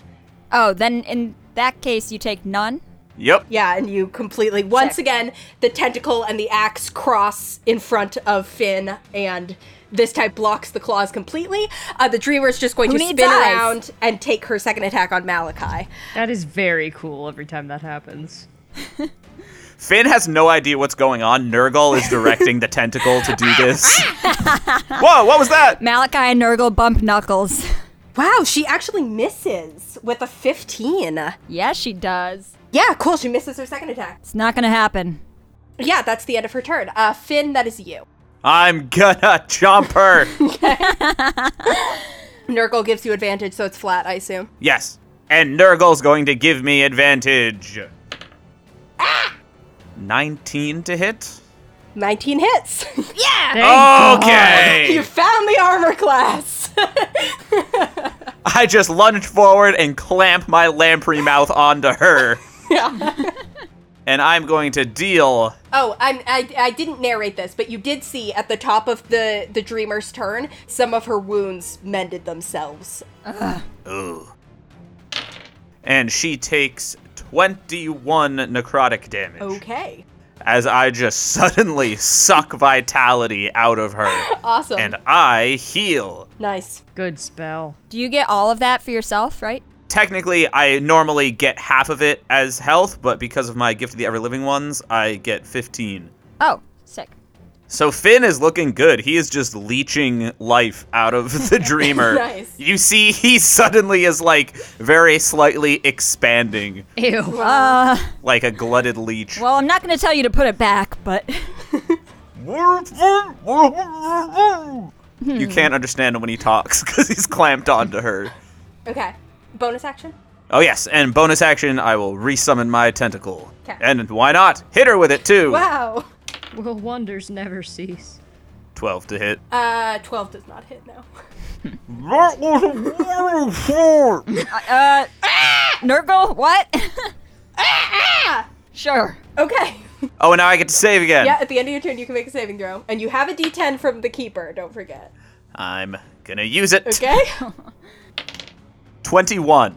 S4: oh, then in that case, you take none?
S2: Yep.
S1: Yeah, and you completely once
S4: Sick.
S1: again the tentacle and the axe cross in front of Finn, and this type blocks the claws completely. Uh, the dreamer is just going
S4: Who
S1: to
S4: needs
S1: spin
S4: eyes?
S1: around and take her second attack on Malachi.
S3: That is very cool every time that happens.
S2: Finn has no idea what's going on. Nurgle is directing the tentacle to do this. Whoa, what was that?
S4: Malachi and Nurgle bump knuckles. [LAUGHS]
S1: Wow, she actually misses with a 15.
S4: yes, she does.
S1: Yeah, cool. She misses her second attack.
S4: It's not gonna happen.
S1: Yeah, that's the end of her turn. Uh, Finn, that is you.
S2: I'm gonna chomp her.
S1: Nurgle gives you advantage, so it's flat, I assume.
S2: Yes. And Nurgle's going to give me advantage. 19 to hit.
S1: 19 hits. [LAUGHS]
S3: Thank
S2: Oh!
S1: you
S2: Okay.
S1: found the armor class.
S2: I just lunge forward and clamp my lamprey mouth onto her.
S1: yeah.
S2: And I'm going to deal.
S1: Oh, I'm, I, I didn't narrate this, but you did see at the top of the, the dreamer's turn, some of her wounds mended themselves.
S2: Ooh. And she takes 21 necrotic damage.
S1: Okay.
S2: as I just [LAUGHS] suddenly suck vitality out of her.
S1: Awesome.
S2: And uh, I heal.
S1: nice.
S3: Good spell.
S4: Do you get all of that for yourself, right?
S2: Technically, I normally get half of it as health, but because of my gift of the ever living ones, I get 15.
S4: Oh, sick.
S2: So Finn is looking good. He is just leeching life out of the dreamer.
S1: Nice.
S2: You see, he [LAUGHS] suddenly is like very slightly expanding,
S3: Ew.
S4: Uh,
S2: like a glutted leech.
S4: well, I'm not gonna tell you to put it back, but [LAUGHS]
S2: You can't understand him when he talks [LAUGHS] because he's clamped onto her.
S1: Okay. Bonus action?
S2: Oh yes, and bonus action, I will resummon my tentacle.
S1: 'Kay.
S2: And why not? Hit her with it too.
S1: Wow.
S3: Well, wonders never cease.
S2: Twelve to hit.
S1: Uh, 12 does not hit, no.
S2: That was a wonderful shot.
S4: [LAUGHS] Uh, Nurgle, what? [LAUGHS] sure.
S1: Okay. [LAUGHS]
S2: Oh, and now I get to save again.
S1: Yeah, at the end of your turn, you can make a saving throw. And you have a d10 from the keeper, don't forget.
S2: I'm gonna use it.
S1: Okay?
S2: Twenty-one.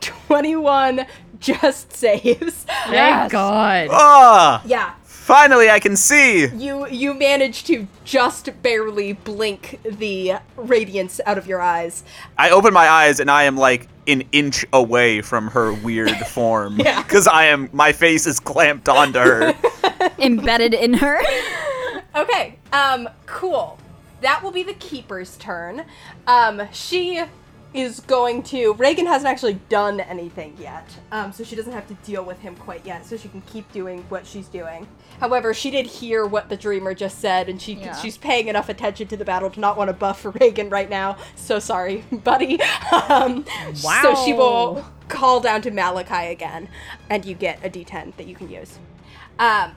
S1: 21 just [LAUGHS] saves.
S3: Thank God.
S2: Ah!
S1: Yeah.
S2: Finally, I can see.
S1: You you manage to just barely blink the radiance out of your eyes.
S2: I open my eyes and I am like an inch away from
S1: [LAUGHS]
S2: her weird form.
S1: Yeah.
S2: Because I am, my face is clamped onto her.
S1: [LAUGHS]
S4: Embedded in her. [LAUGHS]
S1: Okay. Um. Cool. That will be the keeper's turn. Um. She is going to. Reagan hasn't actually done anything yet. Um. So she doesn't have to deal with him quite yet. So she can keep doing what she's doing. However, she did hear what the dreamer just said, and she
S4: Yeah.
S1: she's paying enough attention to the battle to not want to buff for Reagan right now. So sorry, [LAUGHS] buddy. um. So she will
S3: Wow.
S1: call down to Malachi again, and you get a D10 that you can use. Um,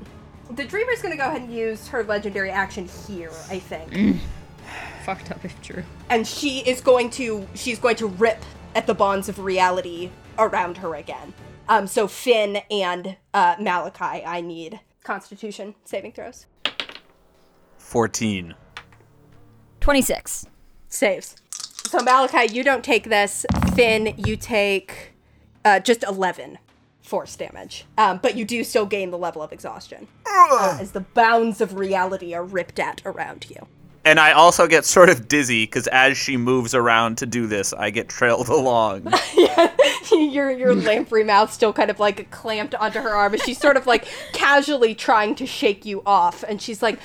S1: the dreamer's gonna go ahead and use her legendary action here, I think,
S3: Fucked up if true.
S1: and she is going to she's going to rip at the bonds of reality around her again. Um, so Finn and uh, Malachi, I need Constitution saving throws.
S2: 14.
S4: 26.
S1: Saves. So Malachi, you don't take this. Finn, you take uh, just eleven force damage, um, but you do still gain the level of exhaustion uh, as the bounds of reality are ripped at around you. [LAUGHS]
S2: And I also get sort of dizzy because as she moves around to do this, I get
S1: [LAUGHS]
S2: trailed [LAUGHS] along.
S1: your your lamprey mouth still kind of like clamped onto her arm, and she's sort of like casually trying to shake you off, and she's like,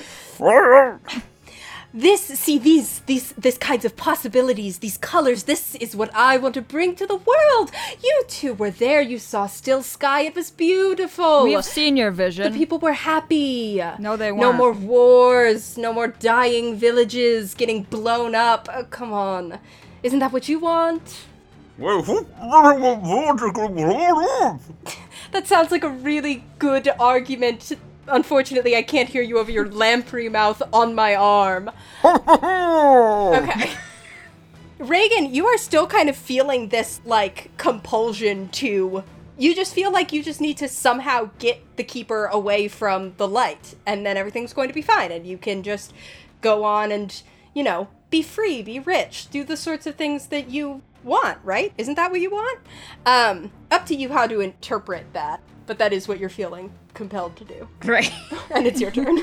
S1: "This, see these these this kinds of possibilities, these colors. This is what I want to bring to the world. You two were there. You saw still sky. It was beautiful.
S4: We've seen your Oh, vision.
S1: People were happy.
S4: No, they
S1: No
S4: weren't.
S1: more wars. No more dying villages getting blown up. Oh, come on, isn't that what you want?" That sounds like a really good argument. Unfortunately, I can't hear you over your lamprey mouth on my arm. Okay. [LAUGHS] Reagan, you are still kind of feeling this, like, compulsion to. You just feel like you just need to somehow get the keeper away from the light, and then everything's going to be fine, and you can just go on and, you know, be free, be rich, do the sorts of things that you want, right? Isn't that what you want? Um, up to you how to interpret that, but that is what you're feeling compelled to do. [LAUGHS]
S3: Right.
S1: And it's your turn.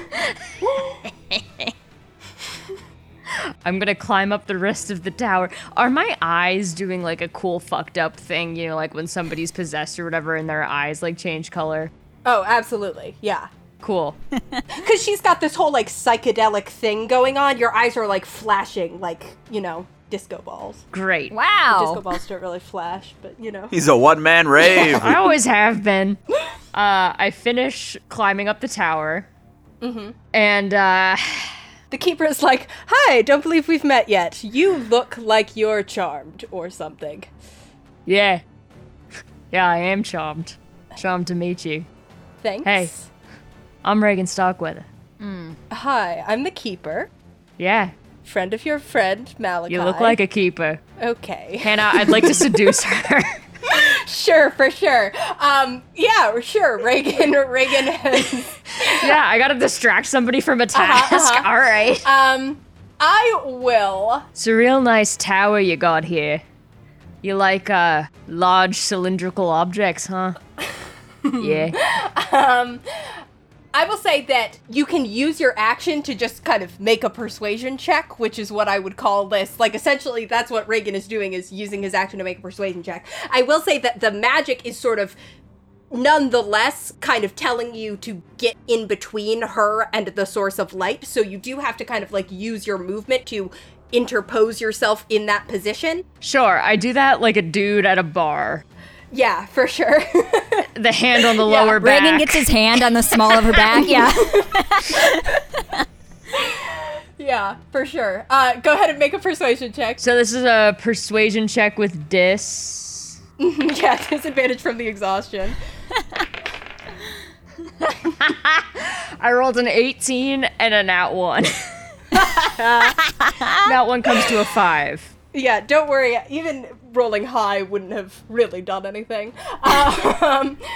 S3: I'm gonna climb up the rest of the tower. Are my eyes doing like a cool fucked up thing? You know, like when somebody's possessed or whatever, and their eyes like change color.
S1: [LAUGHS] oh, absolutely. Yeah.
S3: Cool.
S1: because she's got this whole like psychedelic thing going on. Your eyes are like flashing, like you know, disco balls.
S3: Great.
S1: Disco
S4: wow.
S1: balls don't really flash, but you know.
S2: He's a one [LAUGHS] man rave.
S3: [LAUGHS] I always have been. Uh, I finish climbing up the tower.
S1: Mm-hmm.
S3: And uh,
S1: The keeper is like, "Hi, don't believe we've met yet. You look like you're charmed or something."
S3: yeah. [LAUGHS] Yeah, I am charmed. Charmed to meet you.
S1: Thanks.
S3: Hey. I'm Reagan Starkweather.
S1: Hi, I'm the keeper,
S3: Yeah,
S1: friend of your friend Malachi.
S3: you look like a keeper.
S1: okay.
S3: Hannah, I'd like to seduce her.
S1: sure, for sure. Um, yeah, sure. Reagan, [LAUGHS] Reagan has
S3: [LAUGHS] yeah, I gotta distract somebody from a task.
S1: uh-huh.
S3: All right.
S1: Um, I will.
S3: It's a real nice tower you got here. You like uh large cylindrical
S1: [LAUGHS]
S3: objects, huh? yeah.
S1: I will say that you can use your action to just kind of make a persuasion check, which is what I would call this. Like essentially that's what Reagan is doing is using his action to make a persuasion check. I will say that the magic is sort of nonetheless kind of telling you to get in between her and the source of light. So you do have to kind of like use your movement to interpose yourself in that position.
S3: Sure, I do that like a dude at a bar.
S1: Yeah, for sure. [LAUGHS]
S3: The hand on the lower back.
S4: Reagan gets his hand on the small of her [LAUGHS] back. Yeah.
S1: yeah, for sure. Uh, go ahead and make a persuasion check. [LAUGHS]
S3: so this is a persuasion check with dis.
S1: yeah, disadvantage from the exhaustion.
S3: I rolled an 18 and a nat
S4: [LAUGHS]
S3: one. [LAUGHS] nat one comes to a five.
S1: Yeah, don't worry. Even rolling high wouldn't have really done anything. Um, [LAUGHS]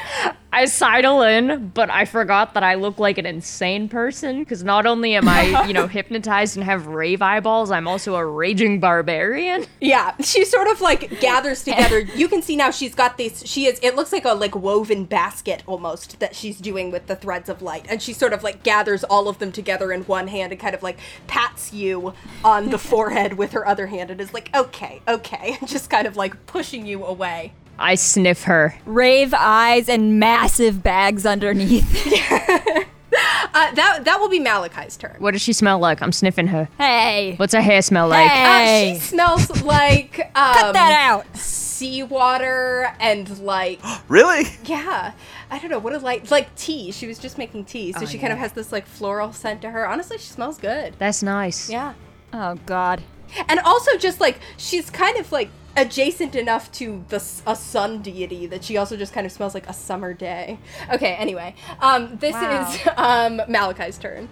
S3: I sidle in, but I forgot that I look like an insane person because not only am
S4: [LAUGHS]
S3: I, you know, hypnotized and have rave eyeballs, I'm also a raging barbarian.
S1: yeah, she sort of like gathers
S4: [LAUGHS]
S1: together. You can see now she's got these. She is. It looks like a like woven basket almost that she's doing with the threads of light, and she sort of like gathers all of them together in one hand and kind of like pats you on
S4: [LAUGHS]
S1: the forehead with her other hand and is like, "Okay, okay," [LAUGHS] and just kind of like pushing you away.
S3: I sniff her.
S4: Rave eyes and massive bags underneath.
S1: Uh, that that will be Malachi's turn.
S3: What does she smell like? I'm sniffing her.
S4: [LAUGHS] Hey. ah,
S3: What's her hair smell like?
S4: Hey.
S1: Uh, she
S4: [LAUGHS]
S1: smells like um,
S4: Cut that out.
S1: seawater and [GASPS] like
S2: Really?
S1: yeah i don't know what a light like tea she was just making tea so
S3: Oh,
S1: she kind of
S3: yeah.
S1: has this like floral scent to her honestly she smells good
S3: That's nice.
S1: yeah
S4: Oh God.
S1: and also just like she's kind of like adjacent enough to the s- a sun deity that she also just kind of smells like a summer day okay anyway um this
S4: Wow.
S1: is [LAUGHS] um malachi's turn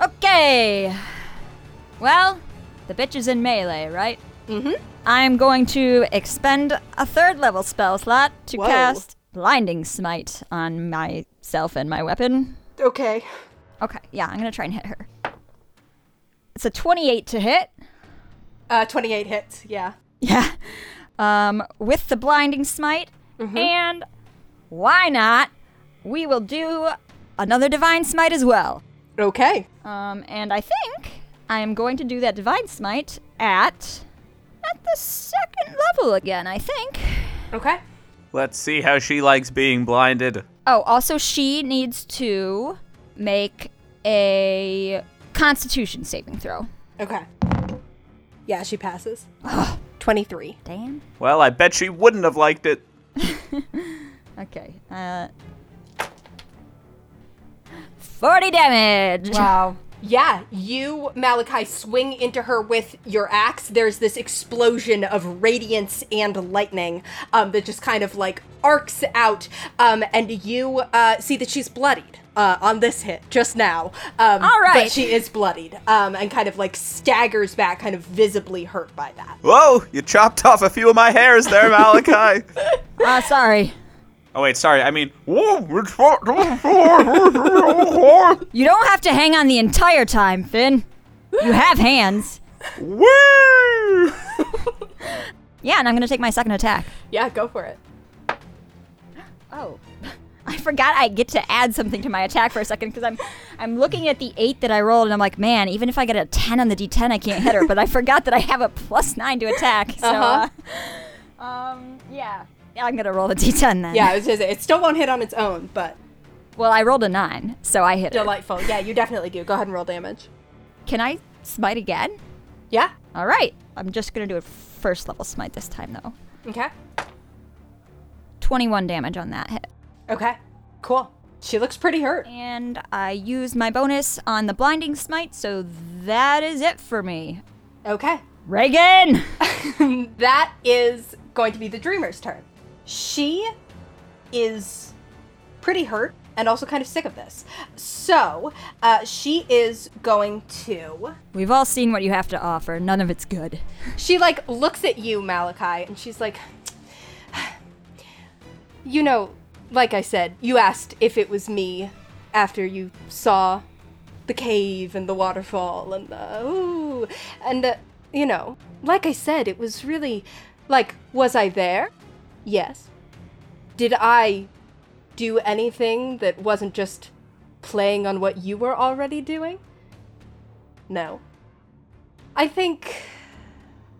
S4: Okay. Well, the bitch is in melee, right? Mm-hmm. I'm going to expend a third level spell slot to
S1: Whoa.
S4: cast Blinding Smite on myself and my weapon.
S1: okay
S4: Okay, yeah, I'm gonna try and hit her. It's a 28 to hit. [LAUGHS]
S1: uh 28 hits yeah
S4: Yeah. Um, with the blinding smite, and why not? We will do another divine smite as well.
S1: okay
S4: Um, and I think I am going to do that divine smite at at the second level again. I think.
S1: okay
S2: Let's see how she likes being blinded.
S4: Oh, also she needs to make a Constitution saving throw.
S1: okay yeah she [GASPS] passes 23
S4: Damn.
S2: Well, I bet she wouldn't have liked it.
S4: Okay. Uh, [GASPS] forty damage. [LAUGHS] Wow.
S1: Yeah, you, Malachi, swing into her with your axe. There's this explosion of radiance and lightning um, that just kind of like arcs out. Um, and you uh, see that she's bloodied uh, on this hit just now. Um,
S4: All
S1: But
S4: right.
S1: she is bloodied um, and kind of like staggers back, kind of visibly hurt by that.
S2: Whoa, you chopped off a few of my hairs there, Malachi. [LAUGHS]
S4: Uh, sorry.
S2: oh, wait, sorry. I mean, [LAUGHS] woo,
S4: You don't have to hang on the entire time, Finn. You have hands. Yeah, and I'm gonna take my second attack.
S1: Yeah, go for it.
S4: Oh. [LAUGHS] I forgot I get to add something to my attack for a second because I'm I'm looking at the eight that I rolled and I'm like, man, even if I get a ten on the D10, I can't hit her. But I forgot that I have a plus nine to attack. So, uh um, yeah, yeah, I'm gonna roll a D10 then.
S1: Yeah, it, was, it still won't hit on its own, but
S4: Well, I rolled a nine, so I hit
S1: [LAUGHS]
S4: her.
S1: delightful. Yeah, you definitely do. Go ahead and roll damage.
S4: Can I smite again?
S1: Yeah.
S4: All right. I'm just gonna do a first level smite this time though.
S1: Okay.
S4: 21 damage on that hit.
S1: Okay. Cool. She looks pretty hurt.
S4: And I use my bonus on the blinding smite, so that is it for me.
S1: Okay.
S4: Reagan!
S1: [LAUGHS] that is going to be the dreamer's turn. She is pretty hurt and also kind of sick of this. So uh, she is going to.
S4: We've all seen what you have to offer. None of it's good.
S1: She like looks at you, Malachi, and she's like, "You know, like I said, you asked if it was me after you saw the cave and the waterfall and the ooh, and the you know, like I said, it was really like, was I there? Yes. Did I do anything that wasn't just playing on what you were already doing? No. I think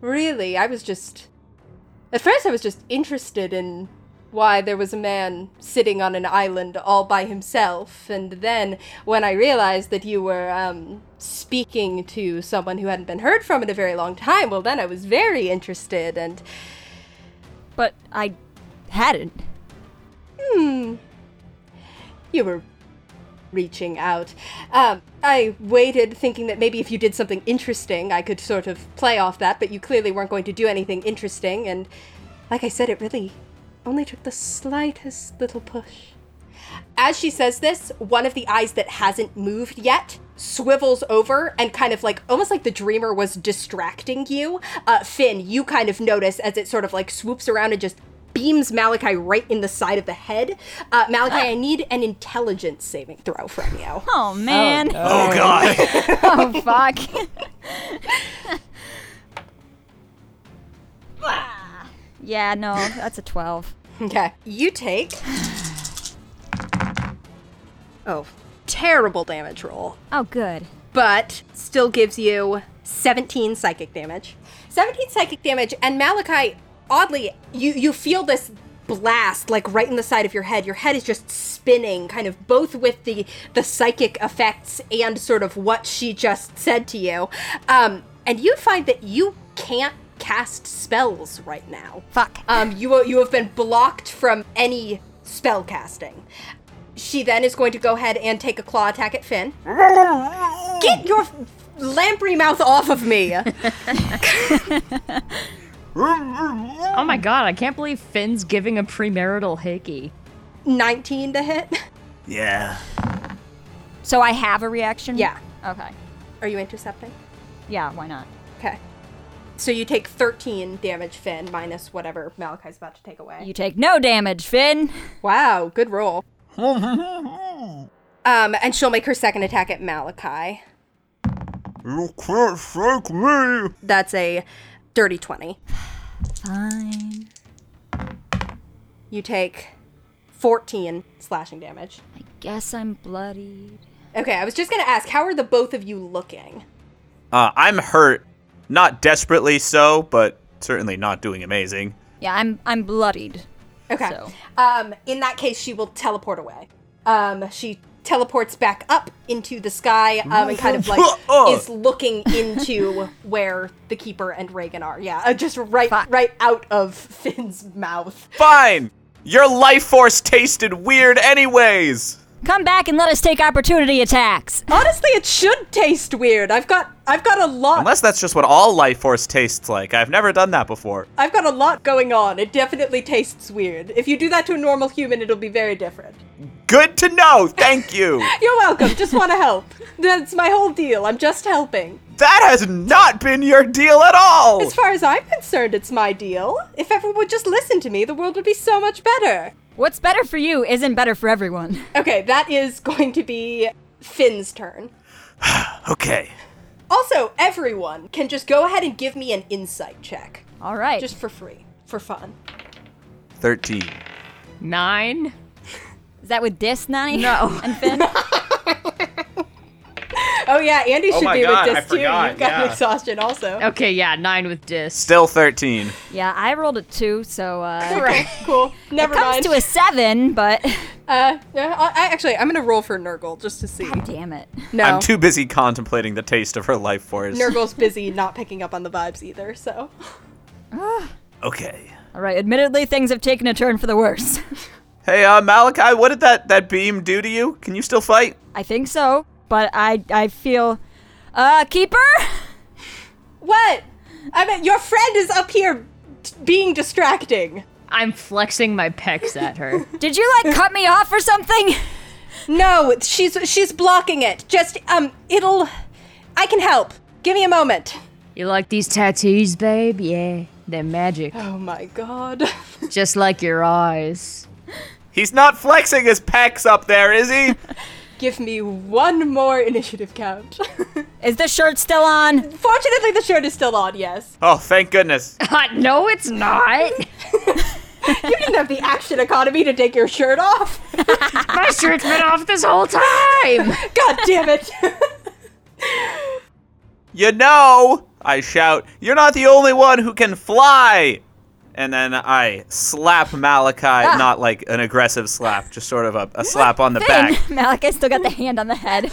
S1: really i was just at first i was just interested in why there was a man sitting on an island all by himself and then when i realized that you were um speaking to someone who hadn't been heard from in a very long time well then i was very interested and
S4: But I hadn't.
S1: You were reaching out. Um, I waited thinking that maybe if you did something interesting, I could sort of play off that, but you clearly weren't going to do anything interesting, and like I said, it really only took the slightest little push. As she says this, one of the eyes that hasn't moved yet swivels over and kind of like almost like the dreamer was distracting you. Uh, Finn, you kind of notice as it sort of like swoops around and just beams Malachi right in the side of the head. Uh, Malachi, I need an intelligence saving throw from [LAUGHS] you.
S4: Oh man. Oh,
S2: Oh god.
S4: [LAUGHS] fuck. yeah, no, that's a 12.
S1: Okay. You take. Oh, terrible damage roll,
S4: Oh good.
S1: but still gives you 17 psychic damage. 17 psychic damage, and Malachi, oddly, you, you feel this blast like right in the side of your head your head is just spinning kind of both with the the psychic effects and sort of what she just said to you um and you find that you can't cast spells right now
S4: Fuck. Uh,
S1: um, you you have been blocked from any spell casting. She then is going to go ahead and take a claw attack at Finn. Get your lamprey mouth off of me!
S3: Oh my god, I can't believe Finn's giving a premarital hickey.
S1: 19 to hit.
S2: [LAUGHS] yeah.
S4: So I have a reaction?
S1: Yeah.
S4: Okay.
S1: Are you intercepting?
S4: Yeah, why not?
S1: Okay. So you take 13 damage, Finn, minus whatever Malachi's about to take away.
S4: You take no damage, Finn.
S1: Wow, good roll. um, and she'll make her second attack at Malachi.
S2: You can't shake me.
S1: That's a dirty 20.
S4: Fine.
S1: You take 14 slashing damage.
S4: I guess I'm bloodied.
S1: Okay, I was just gonna ask, how are the both of you looking?
S2: Uh, I'm hurt. Not desperately so, but certainly not doing amazing.
S4: Yeah, I'm I'm bloodied.
S1: Okay.
S4: So-
S1: Um, in that case, she will teleport away. Um, she teleports back up into the sky um, and kind of like
S2: Oh.
S1: is looking into [LAUGHS] where the keeper and Reagan are. Yeah, uh, just right,
S4: Fuck.
S1: right out of [LAUGHS] Finn's mouth.
S2: Fine. Your life force tasted weird, anyways.
S4: Come back and let us take opportunity attacks.
S1: Honestly, it should taste weird. I've got, I've got a lot.
S2: Unless that's just what all life force tastes like. I've never done that before.
S1: I've got a lot going on. It definitely tastes weird. If you do that to a normal human, it'll be very different.
S2: Good to know. Thank you.
S1: You're welcome. Just want to help. That's my whole deal. I'm just helping.
S2: that has not been your deal at all.
S1: As far as I'm concerned, it's my deal. If everyone would just listen to me, the world would be so much better.
S4: What's better for you isn't better for everyone.
S1: Okay, that is going to be Finn's turn.
S2: okay.
S1: Also, everyone can just go ahead and give me an insight check.
S4: All right.
S1: Just for free. For fun.
S2: 13.
S3: Nine?
S4: Is that with dis, Nani?
S3: No.
S4: [LAUGHS] And Finn?
S1: Oh, yeah, Andy should
S2: my
S1: be
S2: God,
S1: with
S2: I
S1: this too.
S2: forgot,
S1: You've got
S2: yeah.
S1: exhaustion also.
S3: Okay, yeah, nine with dis.
S2: Still 13.
S4: yeah, I rolled a two, so uh,
S1: Right, cool. [LAUGHS] Never
S4: comes
S1: mind.
S4: to a seven, but [LAUGHS]
S1: uh, yeah, I, I- actually, I'm gonna roll for Nurgle just to see.
S4: damn it.
S1: No,
S2: I'm too busy contemplating the taste of her life force.
S1: Nurgle's busy not picking up on the vibes either. So,
S2: Okay.
S4: All right. Admittedly, things have taken a turn for the worse. [LAUGHS]
S2: Hey, uh, Malachi, what did that, that beam do to you? Can you still fight?
S4: I think so, but I I feel, uh, keeper. [LAUGHS]
S1: what? I mean, your friend is up here t- being distracting.
S3: I'm flexing my pecs at
S4: [LAUGHS]
S3: her.
S4: Did you like cut me off or something?
S1: No, she's she's blocking it. Just um, it'll. I can help. Give me a moment.
S3: You like these tattoos, babe? Yeah, they're magic.
S1: Oh my god. [LAUGHS]
S3: Just like your eyes. [LAUGHS]
S2: He's not flexing his pecs up there, is he?
S1: Give me one more initiative count. [LAUGHS]
S4: Is the shirt still on?
S1: Fortunately, the shirt is still on. Yes,
S2: oh, thank goodness.
S3: no, it's not.
S1: you didn't have the action economy to take your shirt off.
S3: My shirt's been off this whole time.
S1: God damn it. [LAUGHS]
S2: You know, I shout, you're not the only one who can fly. And then I slap Malachi, not like an aggressive slap, just sort of a, a slap on the back.
S4: [LAUGHS] Malachi still got the hand on the head.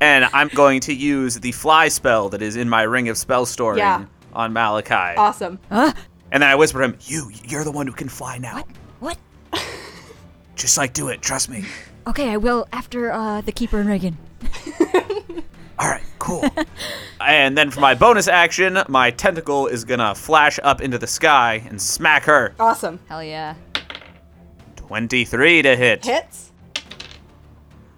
S2: And I'm going to use the fly spell that is in my ring of spell storing
S1: Yeah. Uh.
S2: on Malachi.
S1: awesome.
S2: And then I whisper to him, You, you're the one who can fly now.
S4: What?
S2: Just like do it. Trust me.
S4: Okay, I will after uh, the keeper and Reagan.
S2: All right, cool. and then for my bonus action, my tentacle is gonna flash up into the sky and smack her.
S1: Awesome.
S4: Hell yeah.
S2: 23 to hit.
S1: Hits?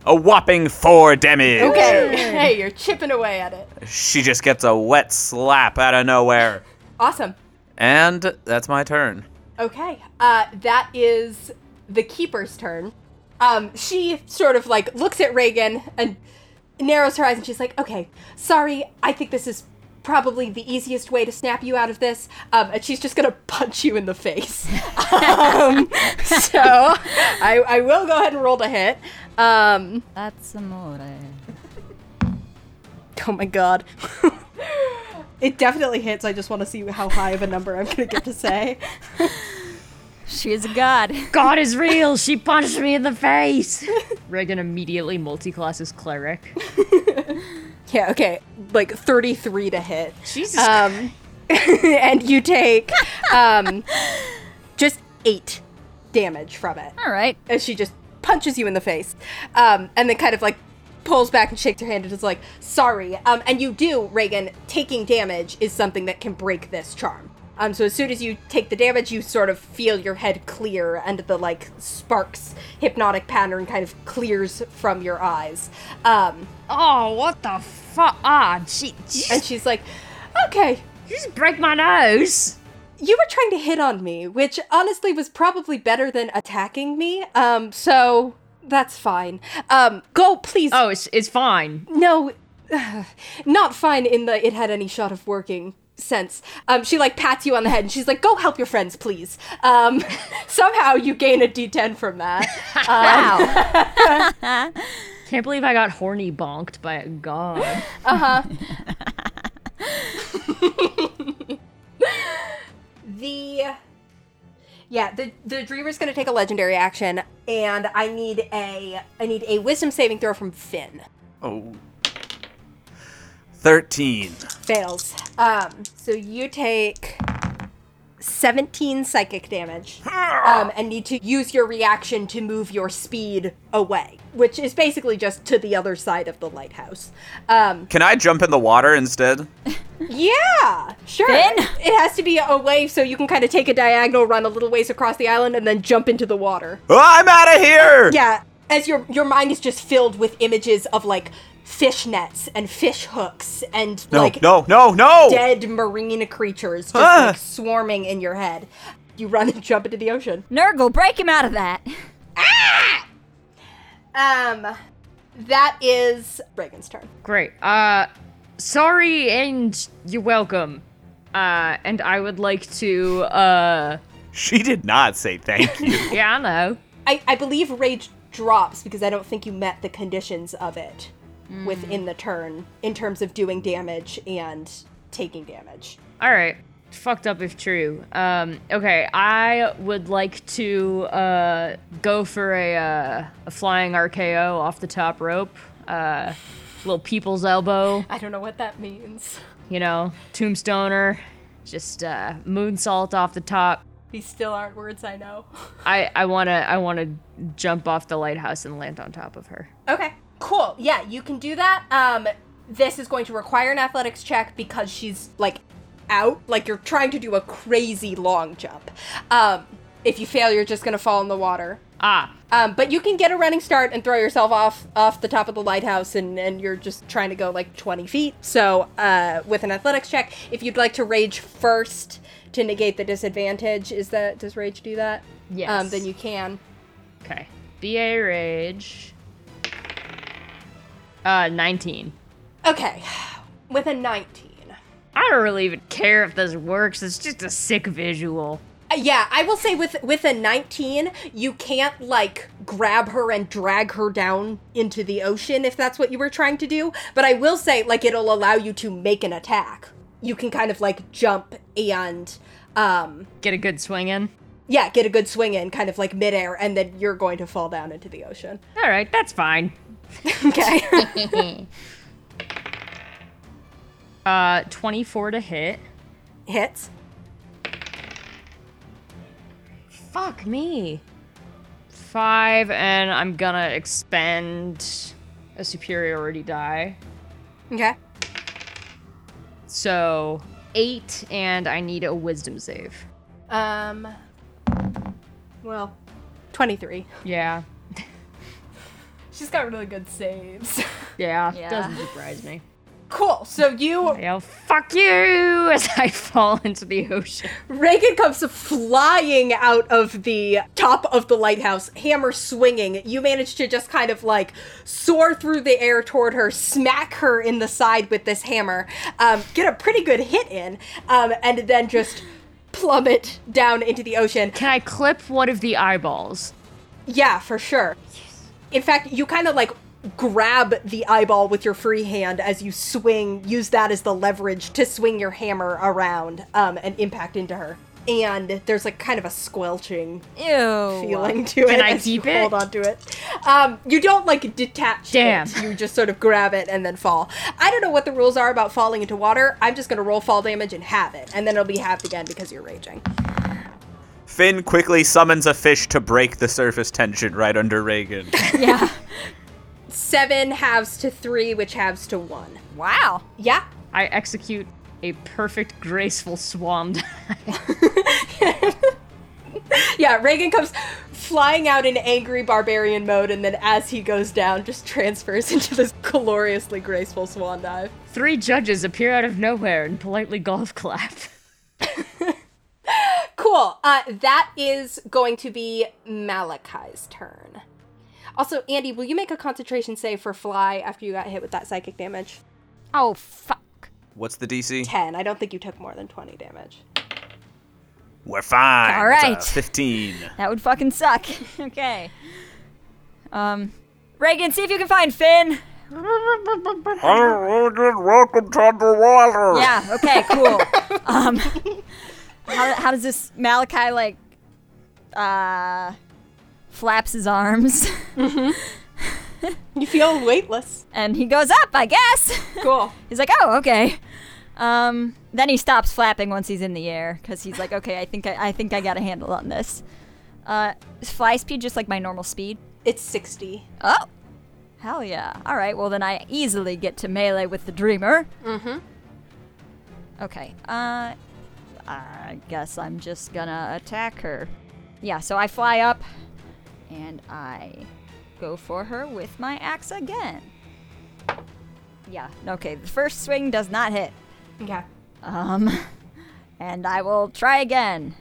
S2: A whopping 4 damage.
S1: Okay. hey, you're chipping away at it.
S2: She just gets a wet slap out of nowhere.
S1: Awesome.
S2: And that's my turn.
S1: Okay. Uh, that is the keeper's turn. Um, she sort of like looks at Reagan and narrows her eyes and she's like, okay, sorry, I think this is probably the easiest way to snap you out of this. Um, and she's just gonna punch you in the [LAUGHS] face. um, so I, I will go ahead and roll to hit. Um,
S4: That's amore.
S1: oh my god. [LAUGHS] it definitely hits. I just want to see how high of a number I'm gonna get to say.
S4: She is a god.
S3: God is real. She punched me in the
S4: [LAUGHS]
S3: face. Reagan immediately multi-classes cleric.
S1: [LAUGHS] Yeah, okay. Like 33 to hit.
S3: Uh,
S1: Jesus. Um, [LAUGHS] and you take um, just eight damage from it.
S4: All right.
S1: And she just punches you in the face. Um, and then kind of like pulls back and shakes her hand and is like, sorry. Um, and you do, Reagan, taking damage is something that can break this charm. Um, so as soon as you take the damage, you sort of feel your head clear and the like sparks hypnotic pattern kind of clears from your eyes. Um,
S3: Oh, what the fuck? Ah, she, she
S1: and she's like, okay,
S3: just break my nose.
S1: you were trying to hit on me, which honestly was probably better than attacking me. Um, so that's fine. Um, go, please.
S3: Oh, it's it's fine.
S1: No, [SIGHS] not fine in the it had any shot of working sense. Um, she like pats you on the head and she's like, go help your friends, please. Um, [LAUGHS] somehow you gain a d10 from that.
S4: Wow.
S3: Can't believe I got horny bonked by a god.
S1: The yeah, the the dreamer's going to take a legendary action, and I need a I need a wisdom saving throw from Finn.
S2: Oh. 13.
S1: fails. Um, so you take 17 psychic damage
S2: Ah!
S1: um, and need to use your reaction to move your speed away, which is basically just to the other side of the lighthouse. Um,
S2: Can I jump in the
S1: [LAUGHS]
S2: water instead?
S1: yeah, sure.
S4: Finn?
S1: It has to be a wave so you can kind of take a diagonal, run a little ways across the island, and then jump into the water.
S2: Oh, I'm out of here!
S1: Yeah, as your your mind is just filled with images of like fish nets and fish hooks and
S2: No,
S1: like
S2: no, no, no!
S1: dead marine creatures just
S2: Ah.
S1: like swarming in your head. You run and jump into the ocean.
S4: Nurgle, break him out of that.
S1: Um, that is Reagan's turn.
S3: Great. Uh, sorry, and you're welcome. Uh, and I would like to. Uh,
S2: She did not say thank
S1: [LAUGHS]
S2: you.
S3: yeah, I know.
S1: I, I believe rage drops because I don't think you met the conditions of it within the turn in terms of doing damage and taking damage.
S3: All right. Fucked up if true. Um, okay, I would like to uh, go for a, uh, a flying RKO off the top rope. Uh, little people's elbow,
S1: I don't know what that means.
S3: you know, tombstoner. Just uh, moonsault off the top.
S1: These still aren't words I know. [LAUGHS]
S3: I, I wanna I wanna jump off the lighthouse and land on top of her.
S1: Okay. Cool. Yeah, you can do that. Um this is going to require an athletics check because she's like out, like you're trying to do a crazy long jump. Um if you fail, you're just going to fall in the water.
S3: Ah,
S1: Um, but you can get a running start and throw yourself off off the top of the lighthouse, and, and you're just trying to go like 20 feet. So, uh, with an athletics check, if you'd like to rage first to negate the disadvantage, is that does rage do that?
S3: Yes.
S1: Um, then you can.
S3: okay. BA rage. Uh, 19.
S1: Okay, [SIGHS] with a 19.
S3: I don't really even care if this works. It's just a sick visual.
S1: Uh, yeah i will say with with a 19 you can't like grab her and drag her down into the ocean if that's what you were trying to do but i will say like it'll allow you to make an attack you can kind of like jump and um
S3: Get a good swing in.
S1: yeah get a good swing in kind of like midair and then you're going to fall down into the [LAUGHS] ocean
S3: All right, that's fine.
S1: [LAUGHS] okay
S3: Uh, 24 to hit,
S1: hits
S3: Fuck me. Five, and I'm gonna expend a superiority die.
S1: Okay.
S3: So eight, and I need a wisdom save.
S1: Um. Well, twenty-three.
S3: Yeah.
S1: She's got really good saves.
S3: Yeah.
S4: Yeah.
S3: Doesn't surprise me.
S1: cool. So you,
S3: I'll fuck you [LAUGHS] as I fall into the ocean.
S1: Reagan comes flying out of the top of the lighthouse, hammer swinging. You manage to just kind of like soar through the air toward her, smack her in the side with this hammer, um, get a pretty good hit in, um, and then just plummet down into the ocean.
S3: Can I clip one of the eyeballs?
S1: Yeah, for sure. In fact, you kind of like grab the eyeball with your free hand as you swing, use that as the leverage to swing your hammer around um, and impact into her. And there's like kind of a squelching
S4: Ew.
S1: [LAUGHS] feeling to it.
S3: I
S1: as you
S3: keep it?
S1: Hold on to it. Um, you don't like detach
S3: Damn.
S1: it. You just sort of grab it and then fall. I don't know what the rules are about falling into water. I'm just gonna roll fall damage and halve it, and then it'll be halved again because you're raging.
S2: Finn quickly summons a fish to break the surface tension right under Reagan.
S4: [LAUGHS] Yeah.
S1: Seven halves to three, which halves to one.
S4: Wow.
S1: Yeah,
S3: I execute a perfect, graceful swan [LAUGHS] dive.
S1: Yeah, Reagan comes flying out in angry barbarian mode, and then as he goes down, just transfers [LAUGHS] into this gloriously graceful swan dive.
S3: Three judges appear out of nowhere and politely golf clap. [LAUGHS]
S1: Cool. Uh, that is going to be Malachi's turn. Also, Andy, will you make a concentration save for Fly after you got hit with that psychic damage?
S4: Oh fuck.
S2: What's the DC?
S1: 10. I don't think you took more than 20 damage.
S2: We're fine.
S4: All right.
S2: It's a 15.
S4: That would fucking suck. [LAUGHS] okay. Um, Reagan, see if you can find Finn.
S2: welcome to underwater.
S4: Yeah. Okay. Cool. um, how, how does this Malachi like uh flaps his arms [LAUGHS]
S1: You feel weightless.
S4: and he goes up? I guess. [LAUGHS]
S1: Cool.
S4: he's like, oh, okay. Um, then he stops flapping once he's in the air because he's like, okay, I think I, I think I got a handle on this. Uh, is fly speed just like my normal speed?
S1: It's 60.
S4: Oh, hell yeah. All right, well, then I easily get to melee with the dreamer. Mm hmm. Okay, uh, I guess I'm just gonna attack her. Yeah, so I fly up and I go for her with my axe again. Yeah, okay, the first swing does not hit.
S1: Okay.
S4: Um, [LAUGHS] and I will try again.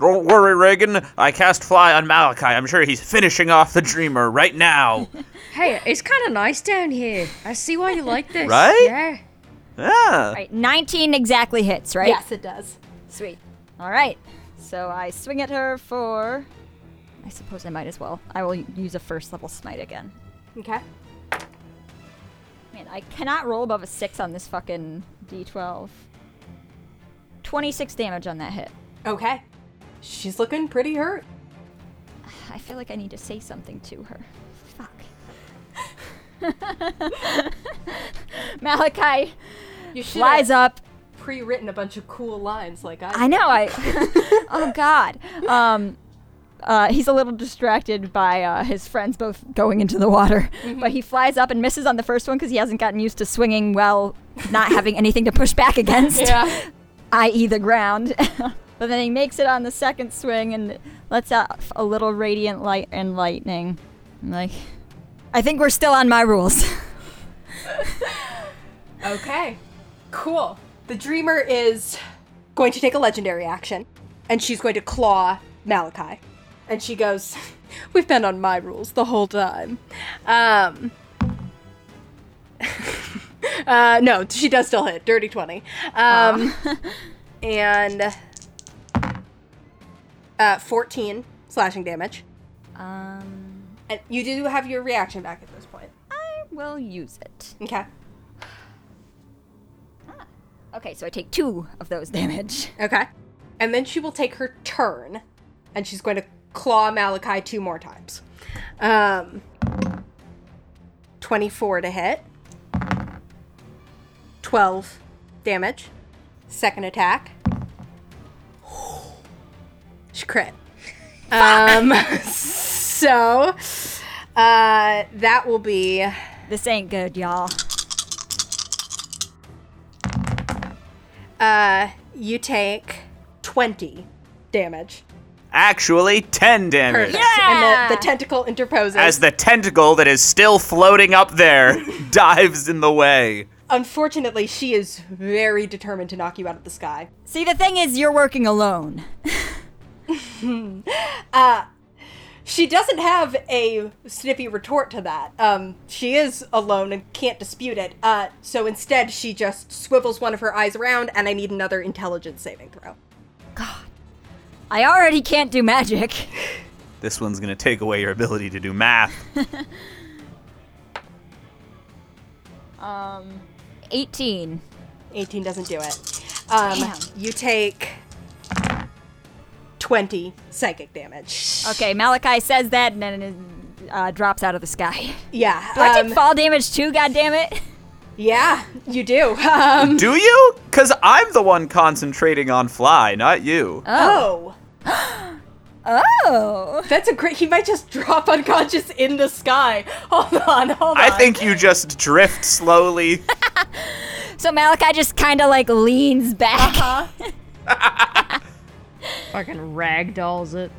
S2: Don't worry, Reagan. I cast fly on Malachi. I'm sure he's finishing off the dreamer right now.
S3: Hey, it's kind of nice down here. I see why you like this.
S2: Right?
S3: Yeah.
S2: yeah.
S4: All right, 19 exactly hits, right?
S1: Yes, it does.
S4: Sweet. All right. So I swing at her for. I suppose I might as well. I will use a first level smite again.
S1: Okay.
S4: Man, I cannot roll above a six on this fucking d12. 26 damage on that hit.
S1: Okay. She's looking pretty hurt.
S4: I feel like I need to say something to her. Fuck. [LAUGHS] Malachi
S1: You should
S4: flies up.
S1: pre-written a bunch of cool lines like I.
S4: I know. I. [LAUGHS] oh God. Um, uh, he's a little distracted by uh, his friends both going into the water, but he flies up and misses on the first one because he hasn't gotten used to swinging well, not having anything to push back [LAUGHS] against,
S1: Yeah.
S4: i.e., the ground. [LAUGHS] but then he makes it on the second swing and lets out a little radiant light and lightning. I'm like, I think we're still on my rules. [LAUGHS]
S1: Okay. Cool. The dreamer is going to take a legendary action and she's going to claw Malachi. And she goes, [LAUGHS] "We've been on my rules the whole time." Um [LAUGHS] Uh no, she does still hit. Dirty 20. Um and uh 14 slashing damage.
S4: um,
S1: And you do have your reaction back at this point.
S4: I will use it.
S1: Okay.
S4: Okay, so I take two of those damage. [LAUGHS]
S1: Okay. And then she will take her turn, and she's going to claw Malachi two more times. Um, 24 to hit, 12 damage. Second attack. She crit. Um, [LAUGHS] so uh, that will be
S4: This ain't good, y'all.
S1: uh, you take 20 damage.
S2: Actually, 10 damage.
S1: And the, the tentacle interposes.
S2: As the tentacle that is still floating up there [LAUGHS] dives in the way.
S1: Unfortunately, she is very determined to knock you out of the sky.
S4: See, the thing is, you're working alone.
S1: She doesn't have a snippy retort to that. Um, she is alone and can't dispute it. Uh, so instead, she just swivels one of her eyes around, and I need another intelligence saving throw.
S4: I already can't
S1: [LAUGHS]
S4: do magic.
S2: This one's going to take away your ability to do math.
S4: 18.
S1: 18 doesn't do it. Um,
S4: Damn.
S1: you take 20 psychic damage.
S4: Okay, Malachi says that and then it uh, drops out of the sky.
S1: Yeah.
S4: Do I
S1: um,
S4: take fall damage too, goddammit?
S1: yeah, you do. [LAUGHS] Um,
S2: do you? Because I'm the one concentrating on fly, not you.
S1: oh.
S4: Oh.
S1: that's a great. He might just [LAUGHS] drop unconscious in the sky. Hold on, hold on.
S2: I think you just drift slowly.
S4: So Malachi just kind of like leans back.
S1: Uh-huh.
S3: Fucking ragdolls it.